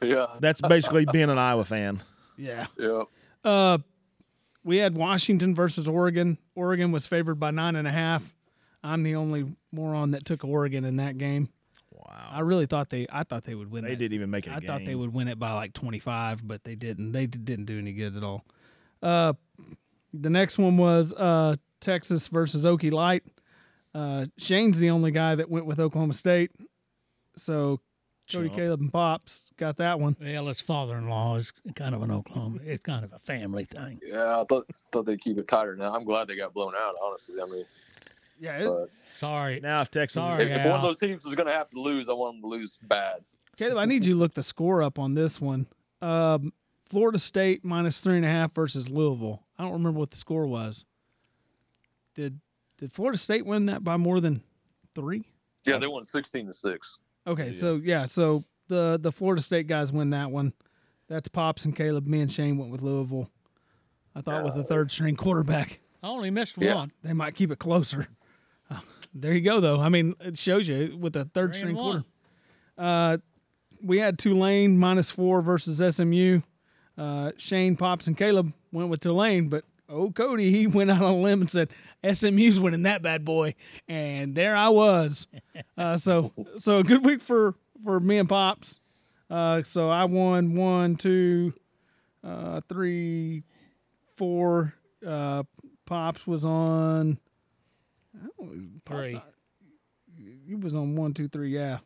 Speaker 4: yeah,
Speaker 5: That's basically being an Iowa fan.
Speaker 1: yeah.
Speaker 4: yeah.
Speaker 1: Uh, we had Washington versus Oregon. Oregon was favored by nine and a half. I'm the only moron that took Oregon in that game. Wow. I really thought they. I thought they would win.
Speaker 5: They
Speaker 1: that.
Speaker 5: didn't even make it. I
Speaker 1: I thought they would win it by like 25, but they didn't. They d- didn't do any good at all. Uh, the next one was uh, Texas versus Okie Light. Uh, Shane's the only guy that went with Oklahoma State, so Cody, Caleb, and Pops got that one.
Speaker 3: Well, his father-in-law is kind of an Oklahoma. It's kind of a family thing.
Speaker 4: Yeah, I thought thought they'd keep it tighter. Now I'm glad they got blown out. Honestly, I mean,
Speaker 1: Yeah,
Speaker 4: But-
Speaker 3: Sorry.
Speaker 5: Now if Texas
Speaker 3: Sorry.
Speaker 4: if, if one
Speaker 3: Yeah.
Speaker 4: of those teams was going to have to lose, I want them to lose bad.
Speaker 1: Caleb, I need you to look the score up on this one. Um, Florida State minus three and a half versus Louisville. I don't remember what the score was. Did did Florida State win that by more than three?
Speaker 4: Yeah, they won sixteen to six.
Speaker 1: Okay, so yeah, so the the Florida State guys win that one. That's Pops and Caleb. Me and Shane went with Louisville. I thought with a third string quarterback,
Speaker 3: I only missed
Speaker 4: Yeah.
Speaker 3: one.
Speaker 1: they might keep it closer. <laughs> Uh, there you go, though. I mean, it shows you with a third
Speaker 3: Three
Speaker 1: string
Speaker 3: and one.
Speaker 1: quarter. Uh, we had Tulane minus four versus SMU. Uh, Shane, Pops, and Caleb went with Tulane, but oh, Cody, he went out on a limb and said SMU's winning that bad boy, and there I
Speaker 3: <laughs>
Speaker 1: was. Uh, so, so a good week for for me and Pops. Uh, so I won one, two, uh, three, four. Uh, Pops was on.
Speaker 3: Three.
Speaker 1: You was on one, two, three. Yeah.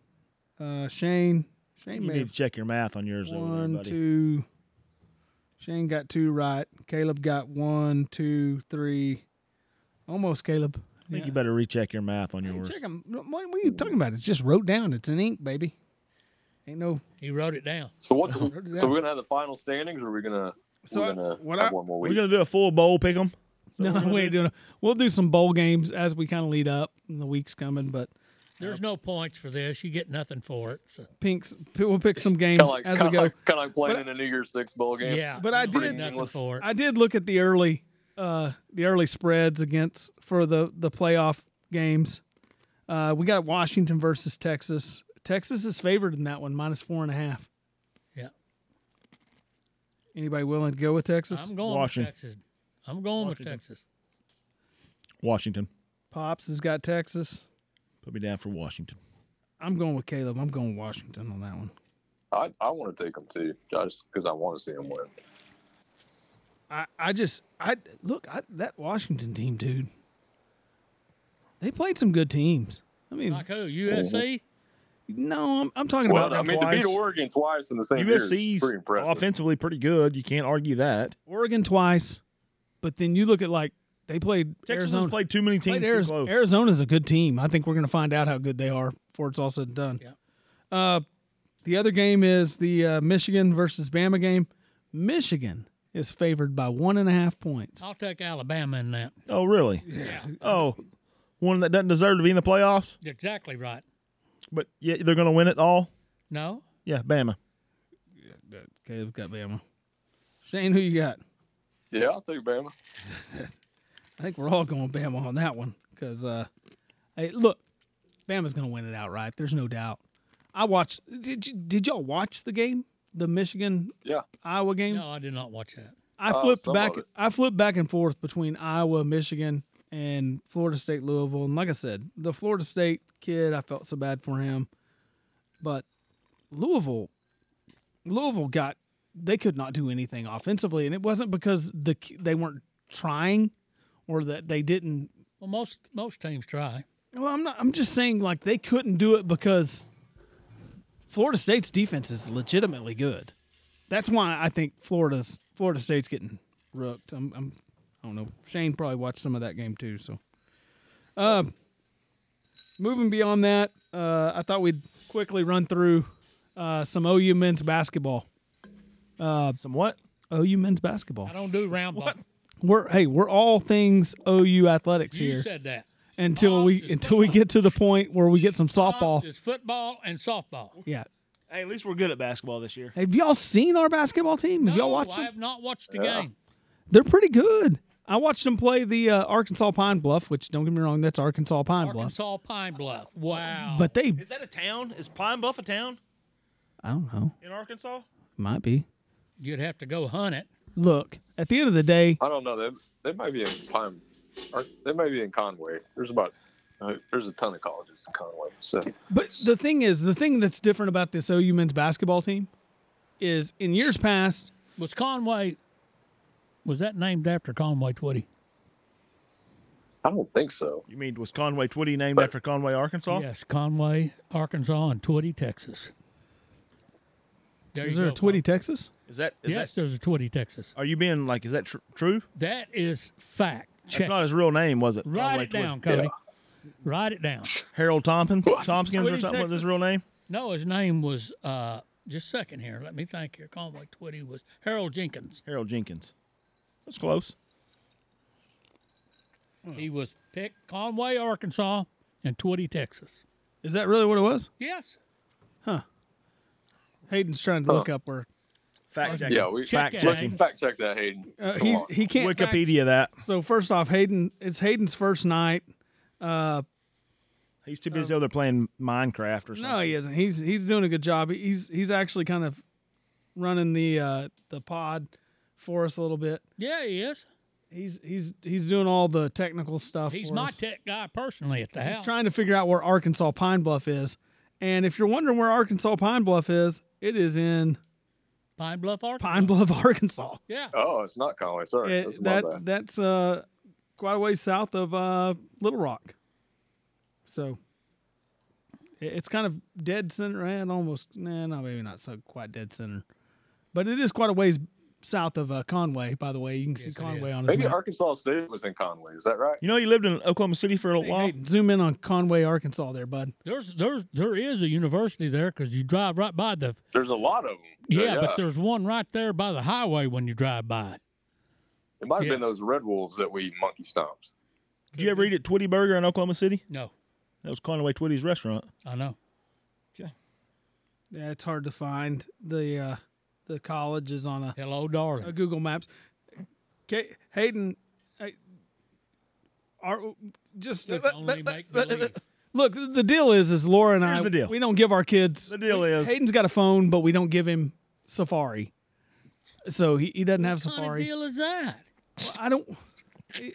Speaker 1: Uh, Shane. Shane
Speaker 5: you
Speaker 1: made
Speaker 5: need to check your math on yours. over there,
Speaker 1: one,
Speaker 5: buddy.
Speaker 1: two. Shane got two right. Caleb got one, two, three. Almost Caleb.
Speaker 5: I think
Speaker 1: Yeah.
Speaker 5: you better recheck your math on yours.
Speaker 1: Check 'em. What, what are you talking about? It's just wrote down. It's in ink, baby. Ain't no.
Speaker 3: He wrote it down.
Speaker 4: So what's so
Speaker 1: did that.
Speaker 4: we're going to have the final standings, or are we going to
Speaker 1: So I-
Speaker 4: we're going
Speaker 1: what
Speaker 4: to have
Speaker 1: I-
Speaker 4: one more
Speaker 5: We're
Speaker 4: week?
Speaker 5: gonna do a full bowl pick 'em.
Speaker 1: <laughs> no, we ain't doing it. We'll do some bowl games as we kind of lead up, and the week's coming. But
Speaker 3: There's no points for this. You get nothing for it. So,
Speaker 1: Pinks, we'll pick some games
Speaker 4: Kind of like,
Speaker 1: as
Speaker 4: kind
Speaker 1: we
Speaker 4: of
Speaker 1: go.
Speaker 4: like, kind of like playing in a New Year's Six bowl game.
Speaker 3: yeah.
Speaker 1: But I
Speaker 3: you get
Speaker 1: did-
Speaker 3: nothing
Speaker 4: Meaningless.
Speaker 3: for it.
Speaker 1: I did look at the early, uh, the early spreads against for the the playoff games. Uh, we got Washington versus Texas. Texas is favored in that one, minus four and a half.
Speaker 3: yeah.
Speaker 1: Anybody willing to go with Texas?
Speaker 3: I'm going
Speaker 5: Washington.
Speaker 3: with Texas. I'm going
Speaker 5: Washington.
Speaker 3: with Texas.
Speaker 5: Washington.
Speaker 1: Pops has got Texas.
Speaker 5: Put me down for Washington.
Speaker 1: I'm going with Caleb. I'm going Washington on that one.
Speaker 4: I, I want to take them too, just because I want to see them win.
Speaker 1: I, I just I look I, that Washington team, dude. They played some good teams. I mean,
Speaker 3: Like who? USC?
Speaker 1: Mm-hmm. no, I'm, I'm talking
Speaker 4: Well,
Speaker 1: about
Speaker 4: I
Speaker 1: like
Speaker 4: mean, to beat
Speaker 1: twice.
Speaker 4: Oregon twice in the same year is
Speaker 5: USC's
Speaker 4: pretty impressive.
Speaker 5: offensively pretty good. You can't argue that.
Speaker 1: Oregon twice, but then you look at like they played
Speaker 5: Texas
Speaker 1: Arizona.
Speaker 5: has played too many teams
Speaker 1: played
Speaker 5: too
Speaker 1: Ariz-
Speaker 5: close.
Speaker 1: Arizona's a good team. I think we're going to find out how good they are before it's all said and done.
Speaker 3: Yeah.
Speaker 1: Uh, the other game is the uh, Michigan versus Bama game. Michigan is favored by one and a half points.
Speaker 3: I'll take Alabama in that.
Speaker 5: oh, really?
Speaker 3: Yeah.
Speaker 5: Oh, one that doesn't deserve to be in the playoffs,
Speaker 3: Exactly right.
Speaker 5: but yeah, they're going to win it all.
Speaker 3: No?
Speaker 5: Yeah, Bama.
Speaker 1: Okay, we've got Bama. Shane, who you got?
Speaker 4: Yeah, I'll take Bama.
Speaker 1: I think we're all going Bama on that one because, uh, hey, look, Bama's going to win it outright. There's no doubt. I watched. Did, you, did y'all watch the game? The Michigan
Speaker 4: Yeah,
Speaker 1: Iowa game?
Speaker 3: No, I did not watch that.
Speaker 1: I
Speaker 4: Oh,
Speaker 1: flipped
Speaker 4: some
Speaker 1: back.
Speaker 4: of it.
Speaker 1: I flipped back and forth between Iowa, Michigan, and Florida State, Louisville. And like I said, the Florida State kid, I felt so bad for him, but Louisville, Louisville got they could not do anything offensively, and it wasn't because the ki- they weren't trying or that they didn't.
Speaker 3: Well, most most teams try.
Speaker 1: Well, I'm not. I'm just saying like they couldn't do it because Florida State's defense is legitimately good. That's why I think Florida's Florida State's getting rooked. I'm, I'm I don't know. Shane probably watched some of that game too. So, um, moving beyond that, uh, I thought we'd quickly run through uh, some OU men's basketball.
Speaker 5: Some what?
Speaker 1: OU men's basketball.
Speaker 3: I don't do round ball.
Speaker 1: We're hey, we're all things OU athletics
Speaker 3: You
Speaker 1: here
Speaker 3: said that.
Speaker 1: until we until we get to the point where we get some softball.
Speaker 3: It's football and softball.
Speaker 1: Yeah.
Speaker 5: Hey, at least we're good at basketball this year.
Speaker 1: Have y'all seen our basketball team? Have y'all
Speaker 3: No,
Speaker 1: watched
Speaker 3: I
Speaker 1: them?
Speaker 3: have not watched the game.
Speaker 1: They're pretty good. I watched them play the uh, Arkansas Pine Bluff, which don't get me wrong, that's Arkansas Pine Bluff.
Speaker 3: Arkansas Pine Bluff. Wow.
Speaker 1: But they,
Speaker 5: Is that a town? Is Pine Bluff a town
Speaker 1: I don't know,
Speaker 5: in Arkansas?
Speaker 1: might be.
Speaker 3: You'd have to go hunt it.
Speaker 1: Look, at the end of the day,
Speaker 4: I don't know. They they might be in Pine, or they might be in Conway. There's about uh, there's a ton of colleges in Conway. So
Speaker 1: But the thing is, the thing that's different about this OU men's basketball team is in years past,
Speaker 3: Was Conway, was that named after Conway Twitty?
Speaker 4: I don't think so.
Speaker 5: You mean was Conway Twitty named after Conway, Arkansas?
Speaker 3: Yes, Conway, Arkansas, and Twitty, Texas. There
Speaker 1: is
Speaker 3: you
Speaker 1: there a
Speaker 3: go, Bob.
Speaker 1: Twitty, Texas?
Speaker 5: Is that is
Speaker 3: yes,
Speaker 5: that?
Speaker 3: there's a Twitty, Texas.
Speaker 5: Are you being like? Is that tr- true?
Speaker 3: That is fact. Check.
Speaker 5: That's not his real name, was it?
Speaker 3: Write
Speaker 5: Conway
Speaker 3: it
Speaker 5: Twitty.
Speaker 3: down, Cody. Write it down.
Speaker 5: Harold Tompkins, Tompkins, or
Speaker 1: Twitty,
Speaker 5: something was his
Speaker 1: Texas.
Speaker 5: real name.
Speaker 3: No, his name was uh, just a second here. Let me think here. Conway Twitty was Harold Jenkins.
Speaker 5: Harold Jenkins. That's close.
Speaker 3: He was picked Conway, Arkansas, and Twitty, Texas.
Speaker 1: Is that really what it was?
Speaker 3: Yes.
Speaker 1: Hayden's trying to look up where
Speaker 5: Fact checking.
Speaker 4: Yeah, we
Speaker 5: fact
Speaker 3: Check it.
Speaker 5: checking.
Speaker 4: fact check that, Hayden.
Speaker 1: uh,
Speaker 4: Come
Speaker 1: he's,
Speaker 4: on.
Speaker 1: he can't. fact-
Speaker 5: Wikipedia that.
Speaker 1: so first off, Hayden, it's Hayden's first night.
Speaker 5: He's
Speaker 3: Oh.
Speaker 5: too busy over there playing Minecraft or something.
Speaker 1: No, he isn't. He's he's doing a good job. He's he's actually kind of running the uh, the pod for us a little bit.
Speaker 3: Yeah, he is.
Speaker 1: He's he's he's doing all the technical stuff.
Speaker 3: He's
Speaker 1: for
Speaker 3: my
Speaker 1: us.
Speaker 3: tech guy personally at the
Speaker 1: He's
Speaker 3: house.
Speaker 1: trying to figure out where Arkansas Pine Bluff is. And if you're wondering where Arkansas Pine Bluff is, it is in
Speaker 3: Pine Bluff, Arkansas.
Speaker 1: Pine Bluff, <laughs> Arkansas.
Speaker 3: Yeah.
Speaker 4: Oh, it's not Conway. Sorry,
Speaker 1: It-
Speaker 4: that's my
Speaker 1: that
Speaker 4: bad.
Speaker 1: that's uh, quite a ways south of uh, Little Rock. So i- it's kind of dead center, and almost nah, no, maybe not so quite dead center, but it is quite a ways south of uh, Conway. By the way, you can see
Speaker 3: it
Speaker 1: Conway on his
Speaker 4: Maybe
Speaker 1: map.
Speaker 4: Arkansas State was in Conway. Is that right?
Speaker 5: You know, he lived in Oklahoma City for a little while.
Speaker 1: Hey, zoom in on Conway, Arkansas, there, bud.
Speaker 3: There's there's there is a university there because you drive right by the
Speaker 4: There's a lot of them.
Speaker 3: yeah, but there's one right there by the highway when you drive by it.
Speaker 4: it might have been
Speaker 3: yes.
Speaker 4: those Red Wolves that we monkey stomps.
Speaker 5: Did you ever eat at Twitty Burger in Oklahoma City?
Speaker 3: No,
Speaker 5: That was Conway Twitty's restaurant.
Speaker 3: I know.
Speaker 1: Yeah, it's hard to find the uh, the college is on a,
Speaker 3: Hello,
Speaker 1: a
Speaker 3: darling.
Speaker 1: Google Maps. Okay, Hayden, I, are just to-
Speaker 3: Only make believe.
Speaker 1: look. The deal is, is Laura and
Speaker 5: Here's
Speaker 1: I.
Speaker 5: the deal.
Speaker 1: We don't give our kids.
Speaker 5: The deal is-
Speaker 1: Hayden's got a phone, but we don't give him Safari, so he, he doesn't have
Speaker 3: What kind of
Speaker 1: Safari.
Speaker 3: deal is that?
Speaker 1: I don't.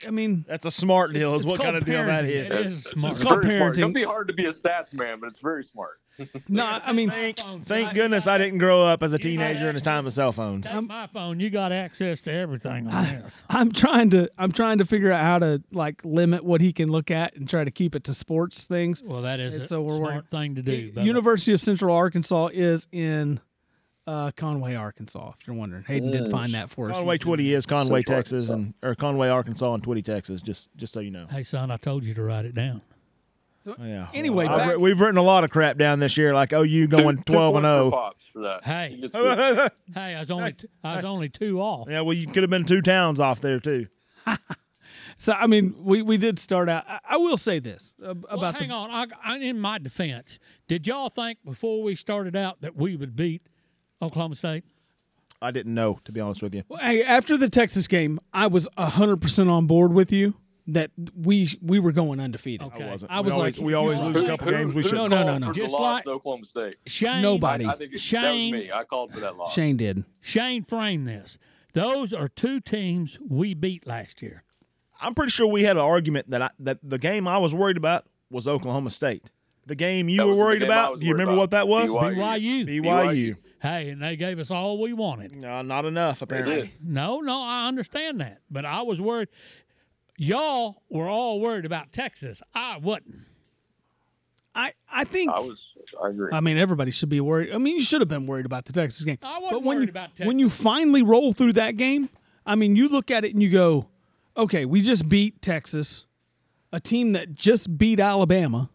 Speaker 1: I mean,
Speaker 5: That's a smart deal,
Speaker 1: It's-
Speaker 5: is
Speaker 1: it's
Speaker 5: what kind
Speaker 1: called
Speaker 5: of deal that
Speaker 1: parenting.
Speaker 5: is.
Speaker 3: It is smart.
Speaker 1: It's called
Speaker 4: very smart.
Speaker 1: parenting.
Speaker 4: It'll be hard to be a stats man, but it's very smart.
Speaker 1: no. I mean,
Speaker 3: Thank,
Speaker 5: Thank goodness I didn't grow up as a teenager in a time of cell phones.
Speaker 3: Take my phone. You got access to everything
Speaker 1: Ah.
Speaker 3: on this.
Speaker 1: I'm trying to I'm trying to figure out how to like limit what he can look at and try to keep it to sports things.
Speaker 3: Well, that is
Speaker 1: And
Speaker 3: a
Speaker 1: so we're
Speaker 3: smart
Speaker 1: working-
Speaker 3: thing to do. brother.
Speaker 1: University of Central Arkansas is in uh, Conway, Arkansas. If you're wondering, Hayden did find that for us.
Speaker 5: Mm. Conway
Speaker 1: He's in-
Speaker 5: Twitty is Conway,
Speaker 4: Central
Speaker 5: Texas, and or Conway, Arkansas, and Twitty, Texas. Just just so you know.
Speaker 3: hey, son, I told you to write it down.
Speaker 5: Yeah.
Speaker 1: Anyway,
Speaker 5: I've
Speaker 1: back-
Speaker 5: writ- we've written a lot of crap down this year, like OU
Speaker 4: Two-
Speaker 5: going
Speaker 4: two
Speaker 5: twelve and oh.
Speaker 4: points for
Speaker 1: oh.
Speaker 5: zero.
Speaker 4: Pops for that.
Speaker 3: Hey.
Speaker 4: He
Speaker 3: <laughs>
Speaker 4: gets the-
Speaker 3: Hey, I was only t- I was only two off.
Speaker 5: Yeah, well, you could have been two towns off there too.
Speaker 1: So I mean, we, we did start out. I, I will say this ab-
Speaker 3: Well,
Speaker 1: about
Speaker 3: hang
Speaker 1: the
Speaker 3: on. I, I, in my defense, did y'all think before we started out that we would beat Oklahoma State?
Speaker 5: I didn't know, to be honest with you.
Speaker 1: Hey, after the Texas game. I was hundred percent on board with you that we we were going undefeated.
Speaker 3: Okay.
Speaker 5: Wasn't.
Speaker 1: I
Speaker 5: We
Speaker 1: was
Speaker 5: always,
Speaker 1: like,
Speaker 5: we
Speaker 1: you
Speaker 5: always
Speaker 1: are-
Speaker 5: lose a couple games. We
Speaker 4: who
Speaker 5: should.
Speaker 1: No, no,
Speaker 5: not
Speaker 4: called
Speaker 1: no, no.
Speaker 4: for the
Speaker 3: Just
Speaker 4: loss
Speaker 3: like-
Speaker 4: to Oklahoma State.
Speaker 3: Shane,
Speaker 1: Nobody.
Speaker 4: I think it, that was
Speaker 3: Shane-
Speaker 4: me. I called for that loss.
Speaker 1: Shane did.
Speaker 3: Shane framed this. Those are two teams we beat last year.
Speaker 5: I'm pretty sure we had an argument that I, that the game I was worried about was Oklahoma State. The game you
Speaker 4: That
Speaker 5: were
Speaker 4: was the
Speaker 5: worried
Speaker 4: game I
Speaker 5: about.
Speaker 4: was
Speaker 5: Do you
Speaker 4: worried
Speaker 5: remember
Speaker 4: about.
Speaker 5: what that was?
Speaker 4: BYU.
Speaker 3: BYU.
Speaker 5: BYU.
Speaker 3: Hey, and they gave us all we wanted.
Speaker 5: No, not enough apparently.
Speaker 3: No, no, I understand that. But I was worried. Y'all were all worried about Texas. I wasn't.
Speaker 1: I I think
Speaker 4: I was. I agree.
Speaker 1: I mean, everybody should be worried. I mean, you should have been worried about the Texas game.
Speaker 3: I wasn't
Speaker 1: but when
Speaker 3: worried
Speaker 1: you,
Speaker 3: about
Speaker 1: When you finally roll through that game, I mean, you look at it and you go, okay, we just beat Texas, a team that just beat Alabama.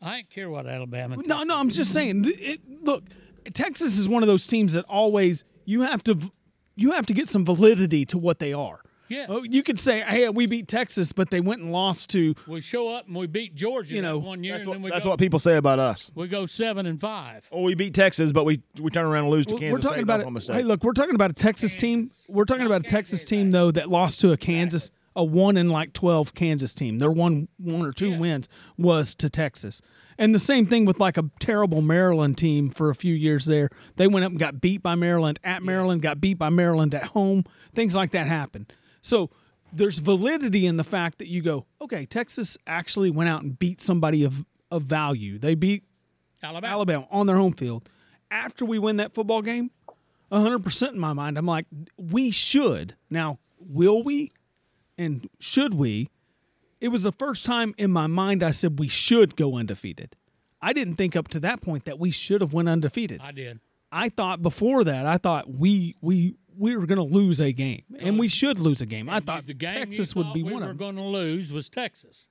Speaker 3: I ain't care what Alabama.
Speaker 1: No, no, I'm just saying. th- It, look, Texas is one of those teams that always you have to v- you have to get some validity to what they are.
Speaker 3: Yeah.
Speaker 1: Oh, You could say, hey, we beat Texas, but they went and lost to
Speaker 3: We show up and we beat Georgia
Speaker 1: You
Speaker 3: that
Speaker 1: know,
Speaker 3: one year,
Speaker 5: That's,
Speaker 3: and then
Speaker 5: what,
Speaker 3: we
Speaker 5: that's
Speaker 3: go,
Speaker 5: what people say about us.
Speaker 3: we go seven and five.
Speaker 5: Well, we beat Texas, but we we turn around and lose to Kansas
Speaker 1: we're talking
Speaker 5: State.
Speaker 1: about
Speaker 5: Oklahoma
Speaker 1: it.
Speaker 5: State.
Speaker 1: Hey, look, we're talking about a Texas team. We're talking about a Texas team though that lost to a Kansas, a one in like twelve Kansas team. Their one one or two wins was to Texas, and the same thing with like a terrible Maryland team for a few years there. They went up and got beat by Maryland at Maryland, got beat by Maryland at home. Things like that happen. So there's validity in the fact that you go, okay, Texas actually went out and beat somebody of of value. They beat
Speaker 3: Alabama.
Speaker 1: Alabama on their home field. After we win that football game, 100% in my mind, I'm like, we should. Now, will we and should we? It was the first time in my mind I said we should go undefeated. I didn't think up to that point that we should have went undefeated.
Speaker 3: I did.
Speaker 1: I thought before that, I thought we we we were going to lose a game, and we should lose a game. I thought
Speaker 3: the game
Speaker 1: Texas
Speaker 3: you
Speaker 1: would
Speaker 3: thought
Speaker 1: be
Speaker 3: we
Speaker 1: one
Speaker 3: were
Speaker 1: of them.
Speaker 3: going to lose was Texas.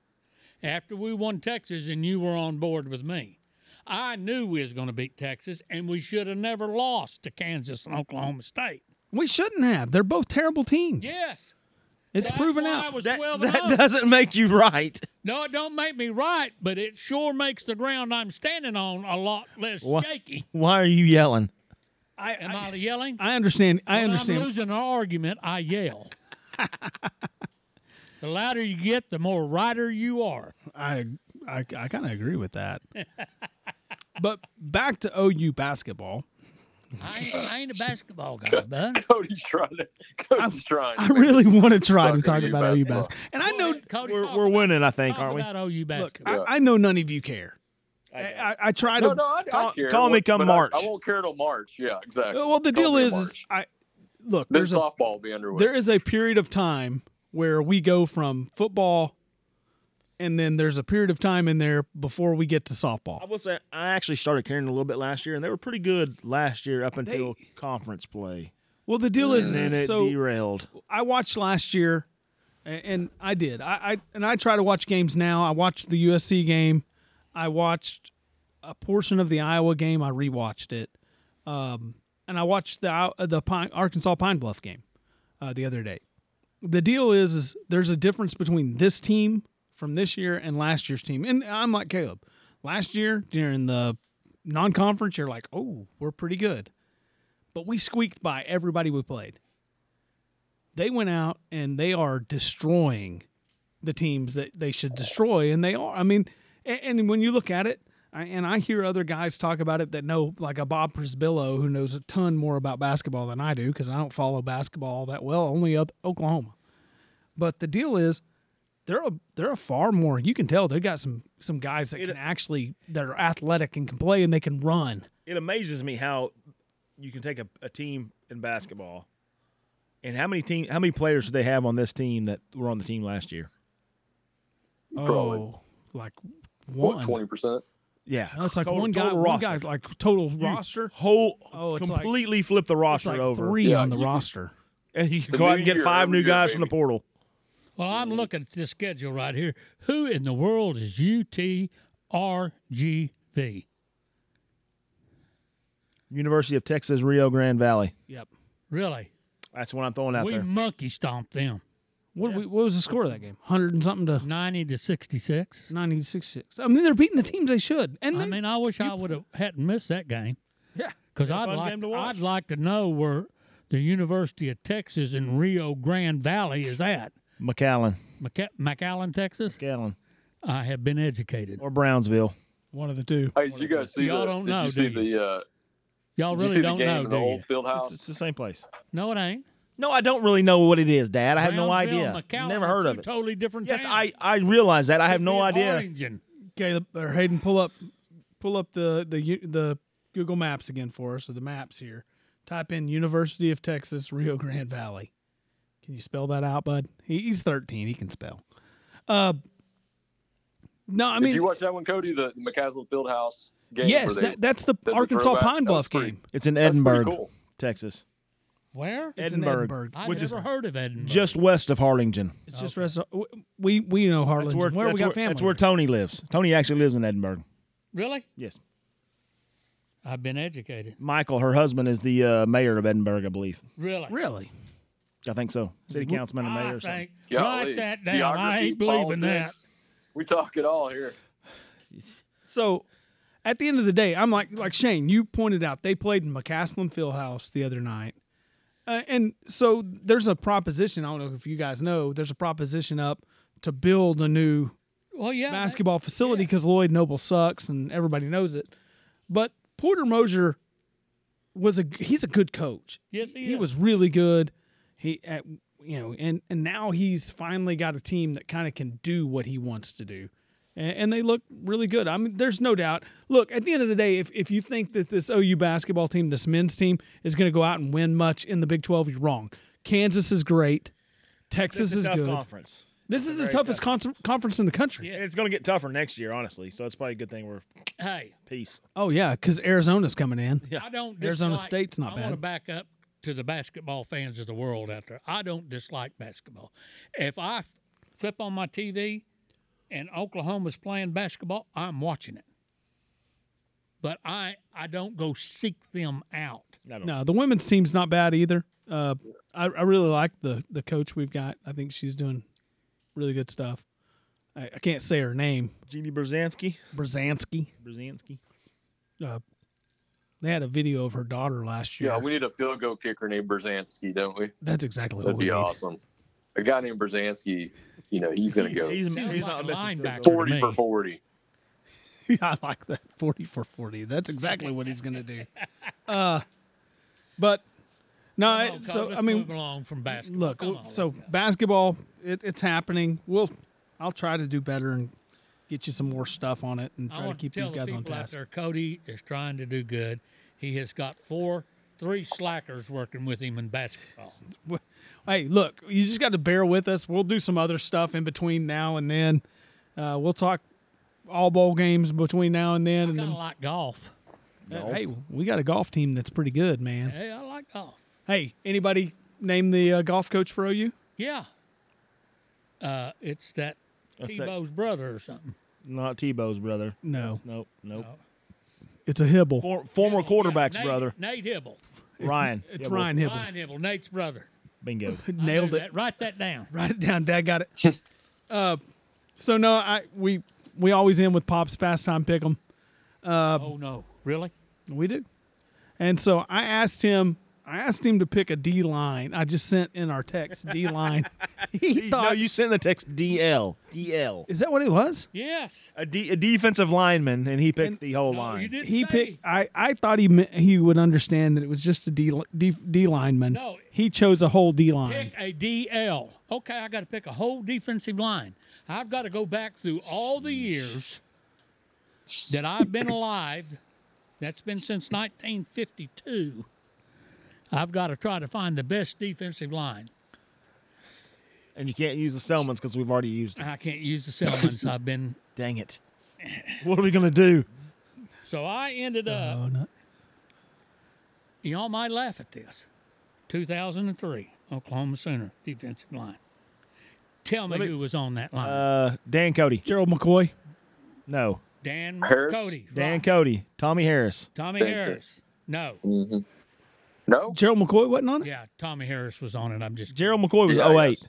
Speaker 3: After we won Texas, and you were on board with me, I knew we was going to beat Texas, and we should have never lost to Kansas and Oklahoma State.
Speaker 1: We shouldn't have. They're both terrible teams.
Speaker 3: Yes,
Speaker 1: it's
Speaker 3: That's
Speaker 1: proven
Speaker 3: why
Speaker 1: out.
Speaker 3: I was
Speaker 5: that
Speaker 3: 12 and
Speaker 5: that
Speaker 3: 0.
Speaker 5: doesn't make you right.
Speaker 3: No, it don't make me right, but it sure makes the ground I'm standing on a lot less
Speaker 5: Wha-
Speaker 3: shaky.
Speaker 5: Why are you yelling?
Speaker 3: Am I, yelling?
Speaker 1: I understand. I
Speaker 3: When
Speaker 1: understand.
Speaker 3: I'm losing an argument,
Speaker 1: <laughs>
Speaker 3: I yell. the louder you get, the more righter you are.
Speaker 1: I I, I kind of agree with that. <laughs> but back to OU basketball.
Speaker 3: I ain't, I ain't a basketball guy, bud.
Speaker 4: Cody's trying to. <laughs> Cody's trying.
Speaker 1: I really want to try to
Speaker 4: Talking
Speaker 1: talk
Speaker 4: OU
Speaker 1: about OU
Speaker 4: basketball.
Speaker 1: basketball, and I know
Speaker 3: Cody,
Speaker 5: We're,
Speaker 3: talk
Speaker 5: we're
Speaker 3: about-
Speaker 5: winning, I think,
Speaker 3: talk
Speaker 5: aren't we?
Speaker 3: about OU basketball.
Speaker 1: I, I know none of you care. I, I, I try to.
Speaker 4: No, no, I,
Speaker 5: Call-
Speaker 4: I care.
Speaker 5: call me
Speaker 4: Once-
Speaker 5: come
Speaker 4: but I-
Speaker 5: March.
Speaker 4: I, won't care till March. Yeah, exactly.
Speaker 1: Uh, well, the
Speaker 4: Call
Speaker 1: deal
Speaker 4: me
Speaker 1: is,
Speaker 4: till
Speaker 1: is
Speaker 4: March.
Speaker 1: I look.
Speaker 4: then
Speaker 1: There's a
Speaker 4: softball will be underway.
Speaker 1: there is a period of time where we go from football, and then there's a period of time in there before we get to
Speaker 5: I
Speaker 1: softball.
Speaker 5: will say I actually started caring a little bit last year, and they were pretty good last year up until
Speaker 1: They-
Speaker 5: conference play,
Speaker 1: Well, the deal is,
Speaker 5: and then
Speaker 1: is
Speaker 5: it
Speaker 1: so
Speaker 5: derailed.
Speaker 1: I watched last year, a- and I did. I, I and I try to watch games now. I watched the USC game. I watched a portion of the Iowa game. I rewatched it, um, and I watched the I- the Pine, Arkansas Pine Bluff game uh, the other day. The deal is, is there's a difference between this team from this year and last year's team. And I'm like Caleb. Last year during the non conference, you're like, oh, we're pretty good. But we squeaked by everybody we played. They went out and they are destroying the teams that they should destroy, and they are. I mean, and, and when you look at it, I, and I hear other guys talk about it that know, like a Bob Prisbillo, who knows a ton more about basketball than I do because I don't follow basketball all that well, only oth- Oklahoma. But the deal is, they're a they're a far more. You can tell they've got some some guys that can actually that are athletic and can play and they can run.
Speaker 5: It amazes me how you can take a, a team in basketball and how many team how many players do they have on this team that were on the team last year?
Speaker 4: Probably.
Speaker 1: Oh, like
Speaker 4: What
Speaker 1: one.
Speaker 4: twenty percent?
Speaker 5: Yeah,
Speaker 1: No, it's like one guy. One guy's like total roster.
Speaker 5: whole
Speaker 1: Oh, it's like-
Speaker 5: completely flip the
Speaker 1: It's
Speaker 5: roster
Speaker 1: like
Speaker 5: over,
Speaker 1: three
Speaker 4: Yeah,
Speaker 1: on the
Speaker 4: you-
Speaker 1: roster.
Speaker 5: and you can
Speaker 4: The
Speaker 5: go out
Speaker 4: new
Speaker 5: and get
Speaker 4: year,
Speaker 5: five
Speaker 4: every
Speaker 5: new
Speaker 4: year,
Speaker 5: guys from the
Speaker 4: baby.
Speaker 5: portal.
Speaker 3: Well, I'm looking at this schedule right here. Who in the world is UTRGV?
Speaker 5: University of Texas Rio Grande Valley.
Speaker 1: Yep.
Speaker 3: Really?
Speaker 5: That's what I'm throwing out
Speaker 3: we
Speaker 5: there.
Speaker 3: monkey stomped them
Speaker 1: What, we- what was the score of that game? Hundred and something to
Speaker 3: 90 to 66.
Speaker 1: ninety six six. I mean, they're beating the teams they should. And
Speaker 3: I
Speaker 1: they-
Speaker 3: mean, I wish I would have hadn't missed that game
Speaker 1: yeah,
Speaker 3: because
Speaker 5: a
Speaker 3: I'd
Speaker 5: fun
Speaker 3: like
Speaker 5: game to watch.
Speaker 3: I'd like to know where the University of Texas in Rio Grande Valley is at.
Speaker 5: McAllen,
Speaker 3: McA- McAllen, Texas.
Speaker 5: McAllen,
Speaker 3: I have been educated.
Speaker 5: or Brownsville.
Speaker 1: one of the two.
Speaker 4: Hey, did you guys see
Speaker 3: Y'all
Speaker 4: the?
Speaker 3: don't
Speaker 4: did
Speaker 3: know,
Speaker 4: you
Speaker 3: do
Speaker 4: see
Speaker 3: you?
Speaker 4: the? Uh,
Speaker 3: Y'all
Speaker 4: did
Speaker 3: really
Speaker 4: you see
Speaker 3: don't
Speaker 4: the game
Speaker 3: know,
Speaker 4: in the
Speaker 3: do
Speaker 4: old
Speaker 3: you?
Speaker 4: field
Speaker 5: It's,
Speaker 4: house?
Speaker 5: it's the same place.
Speaker 3: No, it
Speaker 5: Uh,
Speaker 3: ain't.
Speaker 5: No, I don't really know what it is, Dad. I have no
Speaker 3: Brownsville,
Speaker 5: idea.
Speaker 3: McAllen
Speaker 5: Never
Speaker 3: are
Speaker 5: heard of
Speaker 3: two
Speaker 5: it.
Speaker 3: Totally different.
Speaker 5: Yes,
Speaker 3: towns.
Speaker 5: I I realize that. I have
Speaker 3: Could
Speaker 5: no
Speaker 3: be
Speaker 5: idea.
Speaker 3: Orangin.
Speaker 1: Caleb or Hayden, pull up, pull up the the U- the Google Maps again for us or the maps here. Type in University of Texas Rio Grande Valley. Can you spell that out, bud? He, he's thirteen. He can spell. Uh, no, I
Speaker 4: did
Speaker 1: mean
Speaker 4: you watch that one, Cody? The McCaslin Fieldhouse game.
Speaker 1: yes,
Speaker 4: where they-
Speaker 1: that, that's the
Speaker 4: the
Speaker 1: Arkansas
Speaker 4: throwback.
Speaker 1: Pine
Speaker 4: That was
Speaker 1: Bluff
Speaker 4: pretty-
Speaker 1: game.
Speaker 5: It's in
Speaker 4: that's pretty
Speaker 5: Edinburgh,
Speaker 4: cool.
Speaker 5: Texas.
Speaker 3: Where?
Speaker 1: It's in
Speaker 5: Edinburgh,
Speaker 1: Edinburgh.
Speaker 3: I
Speaker 5: which
Speaker 3: never
Speaker 5: is
Speaker 3: heard of Edinburgh.
Speaker 5: just west of Harlingen.
Speaker 1: It's just rest. We we know Harlan.
Speaker 5: That's
Speaker 1: Where,
Speaker 5: where,
Speaker 1: we
Speaker 5: that's
Speaker 1: got
Speaker 5: where-
Speaker 1: family.
Speaker 5: That's where Tony lives. Tony actually lives in Edinburgh.
Speaker 3: really.
Speaker 5: Yes.
Speaker 3: I've been educated.
Speaker 5: Michael, her husband, is the uh, mayor of Edinburgh, I believe.
Speaker 3: Really.
Speaker 1: really.
Speaker 5: I think so. City councilman and
Speaker 3: I
Speaker 5: mayor. or something.
Speaker 3: think.
Speaker 4: Golly.
Speaker 3: Write that down. I
Speaker 4: Geography,
Speaker 3: ain't believing that.
Speaker 4: politics. We talk it all here.
Speaker 1: So at the end of the day, I'm like like Shane, you pointed out they played in McCaslin Fieldhouse the other night. Uh, and so there's a proposition, I don't know if you guys know, there's a proposition up to build a new
Speaker 3: Well, yeah. that-
Speaker 1: basketball facility because Lloyd Noble sucks and everybody knows it. But Porter Mosier was a he's a good coach.
Speaker 3: Yes, he
Speaker 1: he
Speaker 3: is.
Speaker 1: was really good. He at you know and and now he's finally got a team that kind of can do what he wants to do, and, and they look really good. I mean, there's no doubt. Look, at the end of the day, if if you think that this OU basketball team, this men's team, is going to go out and win much in the Big Twelve, you're wrong. Kansas is great. Texas
Speaker 5: It's a
Speaker 1: is
Speaker 5: tough
Speaker 1: good.
Speaker 5: conference.
Speaker 1: This is the toughest con- conference in the country.
Speaker 5: And It's going to get tougher next year, honestly. So it's probably a good thing we're
Speaker 3: Hey,
Speaker 5: peace.
Speaker 1: Oh yeah, because Arizona's coming in.
Speaker 3: I don't. Dislike,
Speaker 1: Arizona State's not
Speaker 3: I want to
Speaker 1: bad.
Speaker 3: back up to the basketball fans of the world out there. I don't dislike basketball. If I f- flip on my TV and Oklahoma's playing basketball, I'm watching it. But I I don't go seek them out.
Speaker 5: I don't know.
Speaker 1: No, the women's team's not bad either. Uh, I, I really like the the coach we've got. I think she's doing really good stuff. I, I can't say her name,
Speaker 5: Jeannie Brzezinski.
Speaker 1: Brzansky.
Speaker 5: Brzezinski.
Speaker 1: Uh, they had a video of her daughter last year.
Speaker 4: Yeah, we need a field goal kicker named Brzansky, don't we?
Speaker 1: That's exactly
Speaker 4: That'd
Speaker 1: what we
Speaker 4: be
Speaker 1: need.
Speaker 4: awesome. A guy named Brzansky, you know, he's going to go
Speaker 5: He's,
Speaker 3: Sounds
Speaker 5: he's
Speaker 3: like
Speaker 5: not
Speaker 3: a
Speaker 5: missing field
Speaker 3: linebacker.
Speaker 5: goal.
Speaker 4: 40 for 40.
Speaker 1: Yeah, <laughs> I like that. Forty for forty. That's exactly what he's gonna do. Uh, but no,
Speaker 3: Come
Speaker 1: I-
Speaker 3: on, Cole,
Speaker 1: so
Speaker 3: let's
Speaker 1: I mean,
Speaker 3: move along from basketball.
Speaker 1: look
Speaker 3: Come on,
Speaker 1: so
Speaker 3: let's go.
Speaker 1: basketball it, it's happening we'll i'll try to do better and get you some more stuff on it and
Speaker 3: I
Speaker 1: try to
Speaker 3: want
Speaker 1: keep
Speaker 3: tell
Speaker 1: these
Speaker 3: the
Speaker 1: guys on
Speaker 3: people out
Speaker 1: task
Speaker 3: There, Cody is trying to do good. He has got four, three slackers working with him in basketball.
Speaker 1: <laughs> hey look you just got to bear with us we'll do some other stuff in between now and then uh, we'll talk all bowl games between now and then and
Speaker 3: Kind of
Speaker 1: then
Speaker 3: like golf.
Speaker 1: hey we got a golf team that's pretty good man
Speaker 3: Hey, I like golf.
Speaker 1: hey anybody name the uh, golf coach for ou
Speaker 3: Yeah. Uh, it's that
Speaker 5: That's that-
Speaker 3: Tebow's brother or something.
Speaker 5: Not Tebow's brother.
Speaker 1: No.
Speaker 5: That's- nope. Nope.
Speaker 1: it's a hibble
Speaker 5: For, former quarterback's
Speaker 3: Yeah, Nate,
Speaker 5: brother,
Speaker 3: Nate Hibble.
Speaker 5: Ryan.
Speaker 1: it's
Speaker 5: Yeah, well,
Speaker 1: ryan hibble
Speaker 3: Ryan Hibble, Nate's brother.
Speaker 5: Bingo.
Speaker 1: <laughs>
Speaker 5: <laughs>
Speaker 3: I knew
Speaker 1: nailed it
Speaker 3: That. Write that down. <laughs>
Speaker 1: Write it down. Dad got it. uh, So no, I we we always end with Pop's pastime pick'em.
Speaker 3: oh no, really?
Speaker 1: We do. And so I asked him. I asked him to pick a D line. I just sent in our text D
Speaker 5: <laughs>
Speaker 1: line. He
Speaker 5: No,
Speaker 1: thought,
Speaker 5: you sent the text DL. DL.
Speaker 1: is that what it was?
Speaker 3: Yes.
Speaker 5: A, D, a defensive lineman, and he picked
Speaker 1: And-
Speaker 5: the whole
Speaker 3: No,
Speaker 5: line.
Speaker 3: you didn't.
Speaker 1: He
Speaker 3: say.
Speaker 1: picked. I, I thought he meant he would understand that it was just a D li- D, D lineman.
Speaker 3: No.
Speaker 1: he chose a whole D line.
Speaker 3: Pick a DL. Okay, I got to pick a whole defensive line. I've got to go back through all the years that I've been alive. That's been since 1952. I've got to try to find the best defensive line.
Speaker 5: And you can't use the Selmans because we've already used it.
Speaker 3: I can't use the Selmans. I've been
Speaker 5: Dang it. What are we going to do?
Speaker 3: so I ended up.
Speaker 1: Oh, no.
Speaker 3: Y'all might laugh at this. 2003 Oklahoma Sooner defensive line. Tell me,
Speaker 5: Let me-
Speaker 3: who was on that line.
Speaker 5: Uh, Dan Cody.
Speaker 1: Gerald McCoy.
Speaker 5: No.
Speaker 3: Dan
Speaker 4: Harris?
Speaker 3: Cody.
Speaker 5: Dan
Speaker 3: right.
Speaker 5: Cody. Tommy Harris.
Speaker 3: Tommy
Speaker 4: Thank you.
Speaker 3: Harris. No.
Speaker 4: No,
Speaker 1: Gerald McCoy wasn't on it.
Speaker 3: Yeah, Tommy Harris was on it. I'm just
Speaker 5: Gerald McCoy was
Speaker 4: Yeah,
Speaker 5: oh
Speaker 4: yeah.
Speaker 5: eight.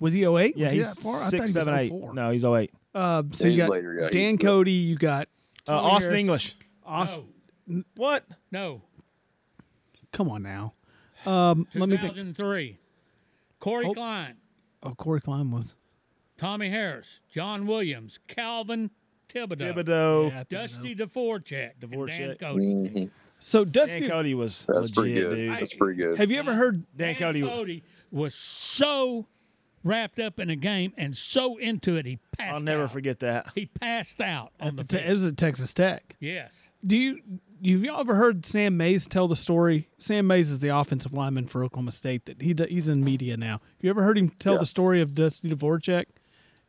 Speaker 1: Was he 08?
Speaker 5: Yeah,
Speaker 1: was
Speaker 5: he's
Speaker 1: he that far? I thought
Speaker 5: six,
Speaker 1: he
Speaker 5: seven,
Speaker 1: was
Speaker 5: eight.
Speaker 1: 04.
Speaker 5: No, he's 08.
Speaker 1: Uh, so
Speaker 4: Yeah,
Speaker 1: you
Speaker 4: he's
Speaker 1: got
Speaker 4: later, yeah,
Speaker 1: Dan
Speaker 4: he's-
Speaker 1: Cody. You got
Speaker 5: Uh, Austin
Speaker 1: Harris.
Speaker 5: English.
Speaker 1: Austin.
Speaker 3: No,
Speaker 5: What?
Speaker 3: no.
Speaker 1: Come on now. Um, let me think.
Speaker 3: 2003. Corey Klein,
Speaker 1: Oh, Corey Klein was.
Speaker 3: Tommy Harris, John Williams, Calvin Thibodeau,
Speaker 5: Thibodeau.
Speaker 3: Dusty DeForchek, and Dan
Speaker 5: Dvorak.
Speaker 3: Cody.
Speaker 1: So
Speaker 5: Dan
Speaker 1: Dusty,
Speaker 5: Cody was
Speaker 4: Mm-hmm,
Speaker 5: legit,
Speaker 4: that's pretty good.
Speaker 5: dude.
Speaker 4: That's pretty good.
Speaker 1: have you ever heard?
Speaker 5: Dan
Speaker 3: Dan
Speaker 5: Cody.
Speaker 3: Cody was so wrapped up in the game and so into it, he passed
Speaker 5: I'll never
Speaker 3: out.
Speaker 5: forget that.
Speaker 3: He passed out on the
Speaker 1: Te-
Speaker 3: field.
Speaker 1: It was at Texas Tech.
Speaker 3: Yes.
Speaker 1: Do you you've y'all ever heard Sam Mays tell the story? Sam Mays is the offensive lineman for Oklahoma State that he d- he's in media now. You ever heard him tell
Speaker 4: Yeah.
Speaker 1: the story of Dusty Dvorak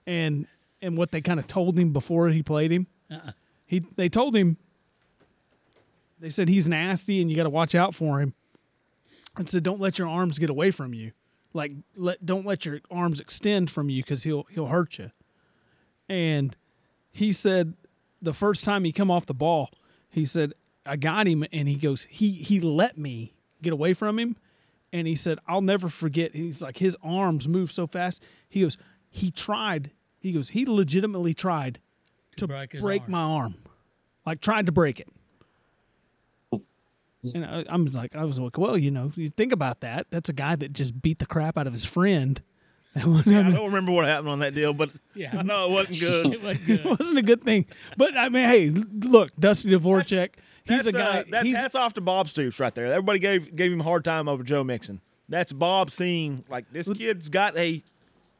Speaker 1: and and what they kind of told him before he played him? He they told him they said he's nasty and you got to watch out for him. And said don't let your arms get away from you. Like let don't let your arms extend from you cuz he'll he'll hurt you. And he said the first time he come off the ball, he said, I got him and he goes, He he let me get away from him. And he said, I'll never forget. He's like his arms move so fast. He goes, he tried. He goes, he legitimately tried to,
Speaker 3: break
Speaker 1: break,
Speaker 3: his arm.
Speaker 1: my arm. Like tried to break it. And I, I'm just like, I was like, well, you know, you think about that. That's a guy that just beat the crap out of his friend. <laughs>
Speaker 5: I don't remember what happened on that deal, but
Speaker 3: Yeah.
Speaker 5: <laughs> I know it wasn't good.
Speaker 3: <laughs> It was
Speaker 1: <laughs>
Speaker 3: good.
Speaker 1: it wasn't a good thing. But I mean, hey, look, Dusty Dvorak. He's
Speaker 5: that's,
Speaker 1: a guy.
Speaker 5: uh, that's
Speaker 1: he's,
Speaker 5: hats off to Bob Stoops right there. Everybody gave gave him a hard time over Joe Mixon. That's Bob seeing like this kid's got a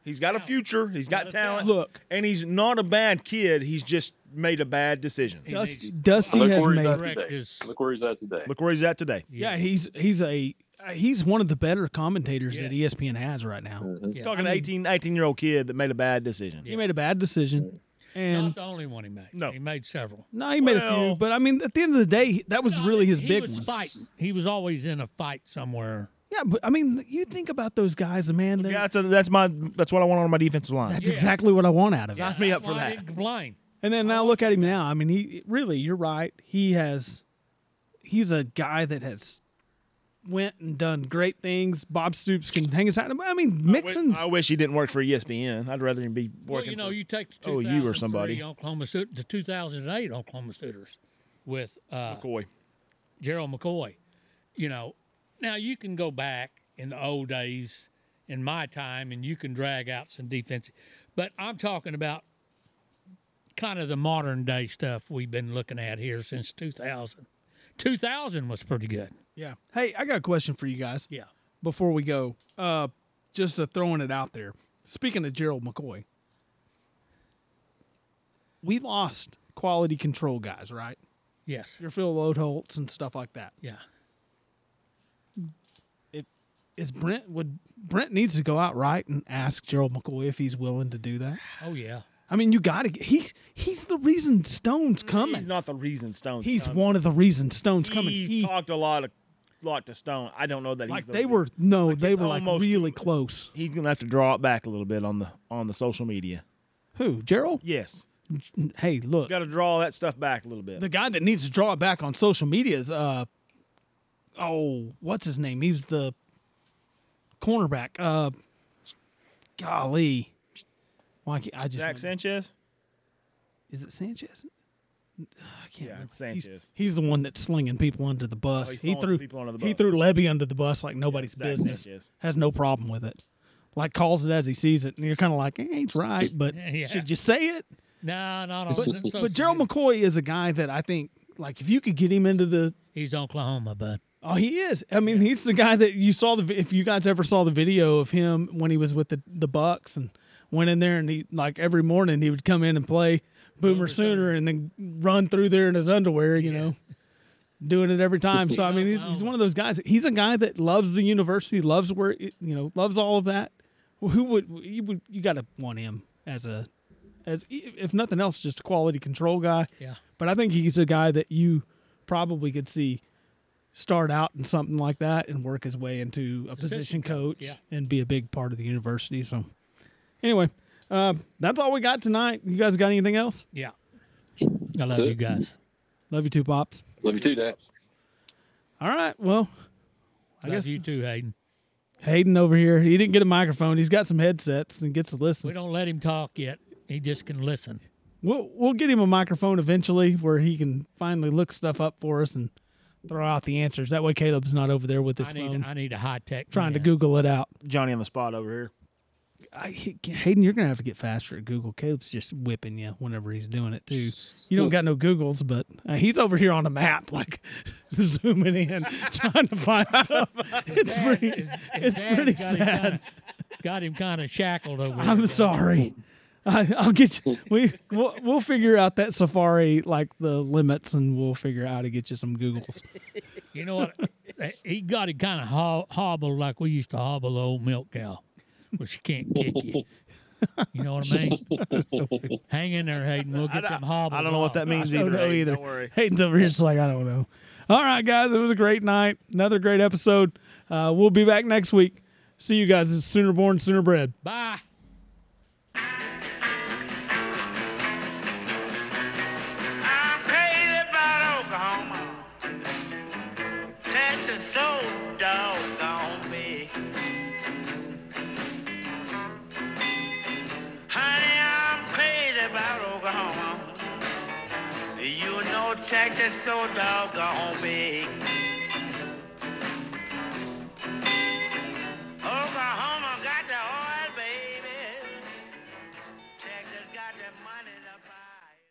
Speaker 5: he's got a future, he's got talent. <laughs>
Speaker 1: Look.
Speaker 5: and he's not a bad kid. He's just made a bad decision.
Speaker 1: Dusty,
Speaker 3: needs-
Speaker 1: Dusty
Speaker 4: Look
Speaker 1: has
Speaker 4: where he's
Speaker 1: made.
Speaker 4: at
Speaker 3: Correct
Speaker 4: today.
Speaker 3: is-
Speaker 4: Look where he's at today.
Speaker 5: Look where he's at today.
Speaker 1: Yeah, he's he's a he's one of the better commentators that E ESPN has right now.
Speaker 5: You're talking an 18, 19 year old kid that made a bad decision.
Speaker 1: He made a bad decision,
Speaker 3: Not
Speaker 1: and
Speaker 3: the only one he made.
Speaker 5: No.
Speaker 3: He made several.
Speaker 1: no, he made a
Speaker 5: Well-
Speaker 1: few. But I mean, at the end of the day, he- that was really his
Speaker 3: he
Speaker 1: big
Speaker 3: was
Speaker 1: one.
Speaker 3: fighting. He was always in a fight somewhere.
Speaker 1: Yeah, but I mean, you think about those guys, man. they're-
Speaker 5: Yeah, that's, a, that's my that's what I want on my defensive line.
Speaker 1: that's exactly what I want out of it.
Speaker 5: Sign me up for
Speaker 3: Well, I
Speaker 5: that.
Speaker 3: didn't complain.
Speaker 1: And then now look at him now. I mean, he really, you're right. He has, he's a guy that has went and done great things. Bob Stoops can hang his hat. I mean, Mixon's.
Speaker 5: I wish he didn't work for E ESPN. I'd rather him be working.
Speaker 3: Well, you know,
Speaker 5: for-
Speaker 3: you take the
Speaker 5: oh,
Speaker 3: 2003
Speaker 5: you or somebody.
Speaker 3: Oklahoma Soot, the 2008 Oklahoma Sooners with uh,
Speaker 5: McCoy.
Speaker 3: Gerald McCoy. You know, now you can go back in the old days, in my time, and you can drag out some defense. But I'm talking about kind of the modern day stuff we've been looking at here since 2000. 2000 was pretty good.
Speaker 1: yeah. Hey, I got a question for you guys.
Speaker 3: Yeah.
Speaker 1: Before we go, uh, just uh, throwing it out there. Speaking of Gerald McCoy, we lost quality control guys, right?
Speaker 3: Yes.
Speaker 1: Your Phil Lodeholtz and stuff like that.
Speaker 3: Yeah.
Speaker 1: Is Brent would Brent needs to go out right and ask Gerald McCoy if he's willing to do that?
Speaker 3: Oh, yeah.
Speaker 1: I mean, you got to get. He's he's the reason Stone's coming.
Speaker 5: He's
Speaker 1: He's,
Speaker 5: not the reason Stone's coming.
Speaker 1: one of the reason Stone's coming.
Speaker 5: He,
Speaker 1: He,
Speaker 5: talked a lot of lot to Stone. I don't know that he's
Speaker 1: like
Speaker 5: the
Speaker 1: they
Speaker 5: reason.
Speaker 1: were no, they
Speaker 5: it's
Speaker 1: were like
Speaker 5: almost-
Speaker 1: really close.
Speaker 5: He's gonna have to draw it back a little bit on the on the social media.
Speaker 1: Who Gerald?
Speaker 5: Yes,
Speaker 1: Hey, look,
Speaker 5: got to draw that stuff back a little bit.
Speaker 1: the guy that needs to draw it back on social media is uh, oh, what's his name? He was the cornerback. Uh, golly, Well, I, can't, I just
Speaker 5: Zach Sanchez.
Speaker 1: is it Sanchez? I can't
Speaker 5: Yeah,
Speaker 1: remember.
Speaker 5: it's
Speaker 1: He's-
Speaker 5: Sanchez. Oh,
Speaker 1: He's, the one that's slinging people under the bus.
Speaker 5: he's
Speaker 1: he
Speaker 5: throwing
Speaker 1: threw
Speaker 5: people under the
Speaker 1: he
Speaker 5: bus.
Speaker 1: threw Levy under the bus like nobody's
Speaker 5: Zach
Speaker 1: business.
Speaker 5: Sanchez.
Speaker 1: Has no problem with it. Like calls it as he sees it, and you're kind of like, eh, it's right, but
Speaker 3: <laughs> Yeah.
Speaker 1: should you say it?
Speaker 3: No, not all. that's so
Speaker 1: But Gerald
Speaker 3: stupid.
Speaker 1: McCoy is a guy that I think, like, if you could get him into the
Speaker 3: he's Oklahoma, but
Speaker 1: Oh, he is. I mean, he's the guy that you saw the. vi- If you guys ever saw the video of him when he was with the the Bucks and went in there and he like every morning he would come in and play Boomer Sooner and then run through there in his underwear, you know, doing it every time. So I mean, he's, he's one of those guys. that- He's a guy that loves the university, loves where it- you know, loves all of that. Who would you would you got to want him as a as e, if nothing else, just a quality control guy.
Speaker 3: yeah,
Speaker 1: But I think he's a guy that you probably could see start out in something like that and work his way into a position, coach
Speaker 3: yeah.
Speaker 1: and be a big part of the university. So, anyway, uh, that's all we got tonight. You guys got anything else?
Speaker 3: yeah. I love
Speaker 4: it.
Speaker 3: you guys.
Speaker 1: Love you too, Pops.
Speaker 4: Love you too, Dad.
Speaker 1: All right. Well,
Speaker 3: I
Speaker 1: I
Speaker 3: love
Speaker 1: guess
Speaker 3: you too, Hayden.
Speaker 1: Hayden over here, he didn't get a microphone. He's got some headsets and gets to
Speaker 3: We
Speaker 1: listen.
Speaker 3: don't let him talk yet. He just can listen.
Speaker 1: We'll, we'll get him a microphone eventually where he can finally look stuff up for us and throw out the answers. That way, Caleb's not over there with his
Speaker 3: I
Speaker 1: phone
Speaker 3: need, I need a high tech.
Speaker 1: trying to Google it out.
Speaker 5: Johnny on the spot over here.
Speaker 1: I, Hayden, you're gonna have to get faster at Google. Caleb's just whipping you whenever he's doing it too. You don't got no Googles, but uh, he's over here on a map, like <laughs> zooming in, <laughs> trying to find stuff. It's pretty, it's pretty sad.
Speaker 3: Got him kind of shackled over.
Speaker 1: I'm
Speaker 3: there.
Speaker 1: sorry. I, I'll get you. We we'll, we'll figure out that Safari like the limits, and we'll figure out how to get you some Googles. <laughs>
Speaker 3: You know what? he got it kind of ho- hobbled like we used to hobble the old milk cow, where she can't kick you. You know what I mean? <laughs> Hang in there, Hayden. We'll get them hobbled.
Speaker 5: I don't know what
Speaker 3: off.
Speaker 5: that means
Speaker 1: don't
Speaker 5: either.
Speaker 1: know
Speaker 5: Hayden,
Speaker 1: either.
Speaker 5: Don't worry.
Speaker 1: Hayden's over here just like, I don't know. All right, guys, it was a great night. Another great episode. Uh, we'll be back next week. See you guys. It's Sooner Born, Sooner Bred.
Speaker 3: Bye.
Speaker 2: I'm crazy about Oklahoma. Texas so doggone big. Honey, I'm crazy about Oklahoma. You know Texas so doggone big.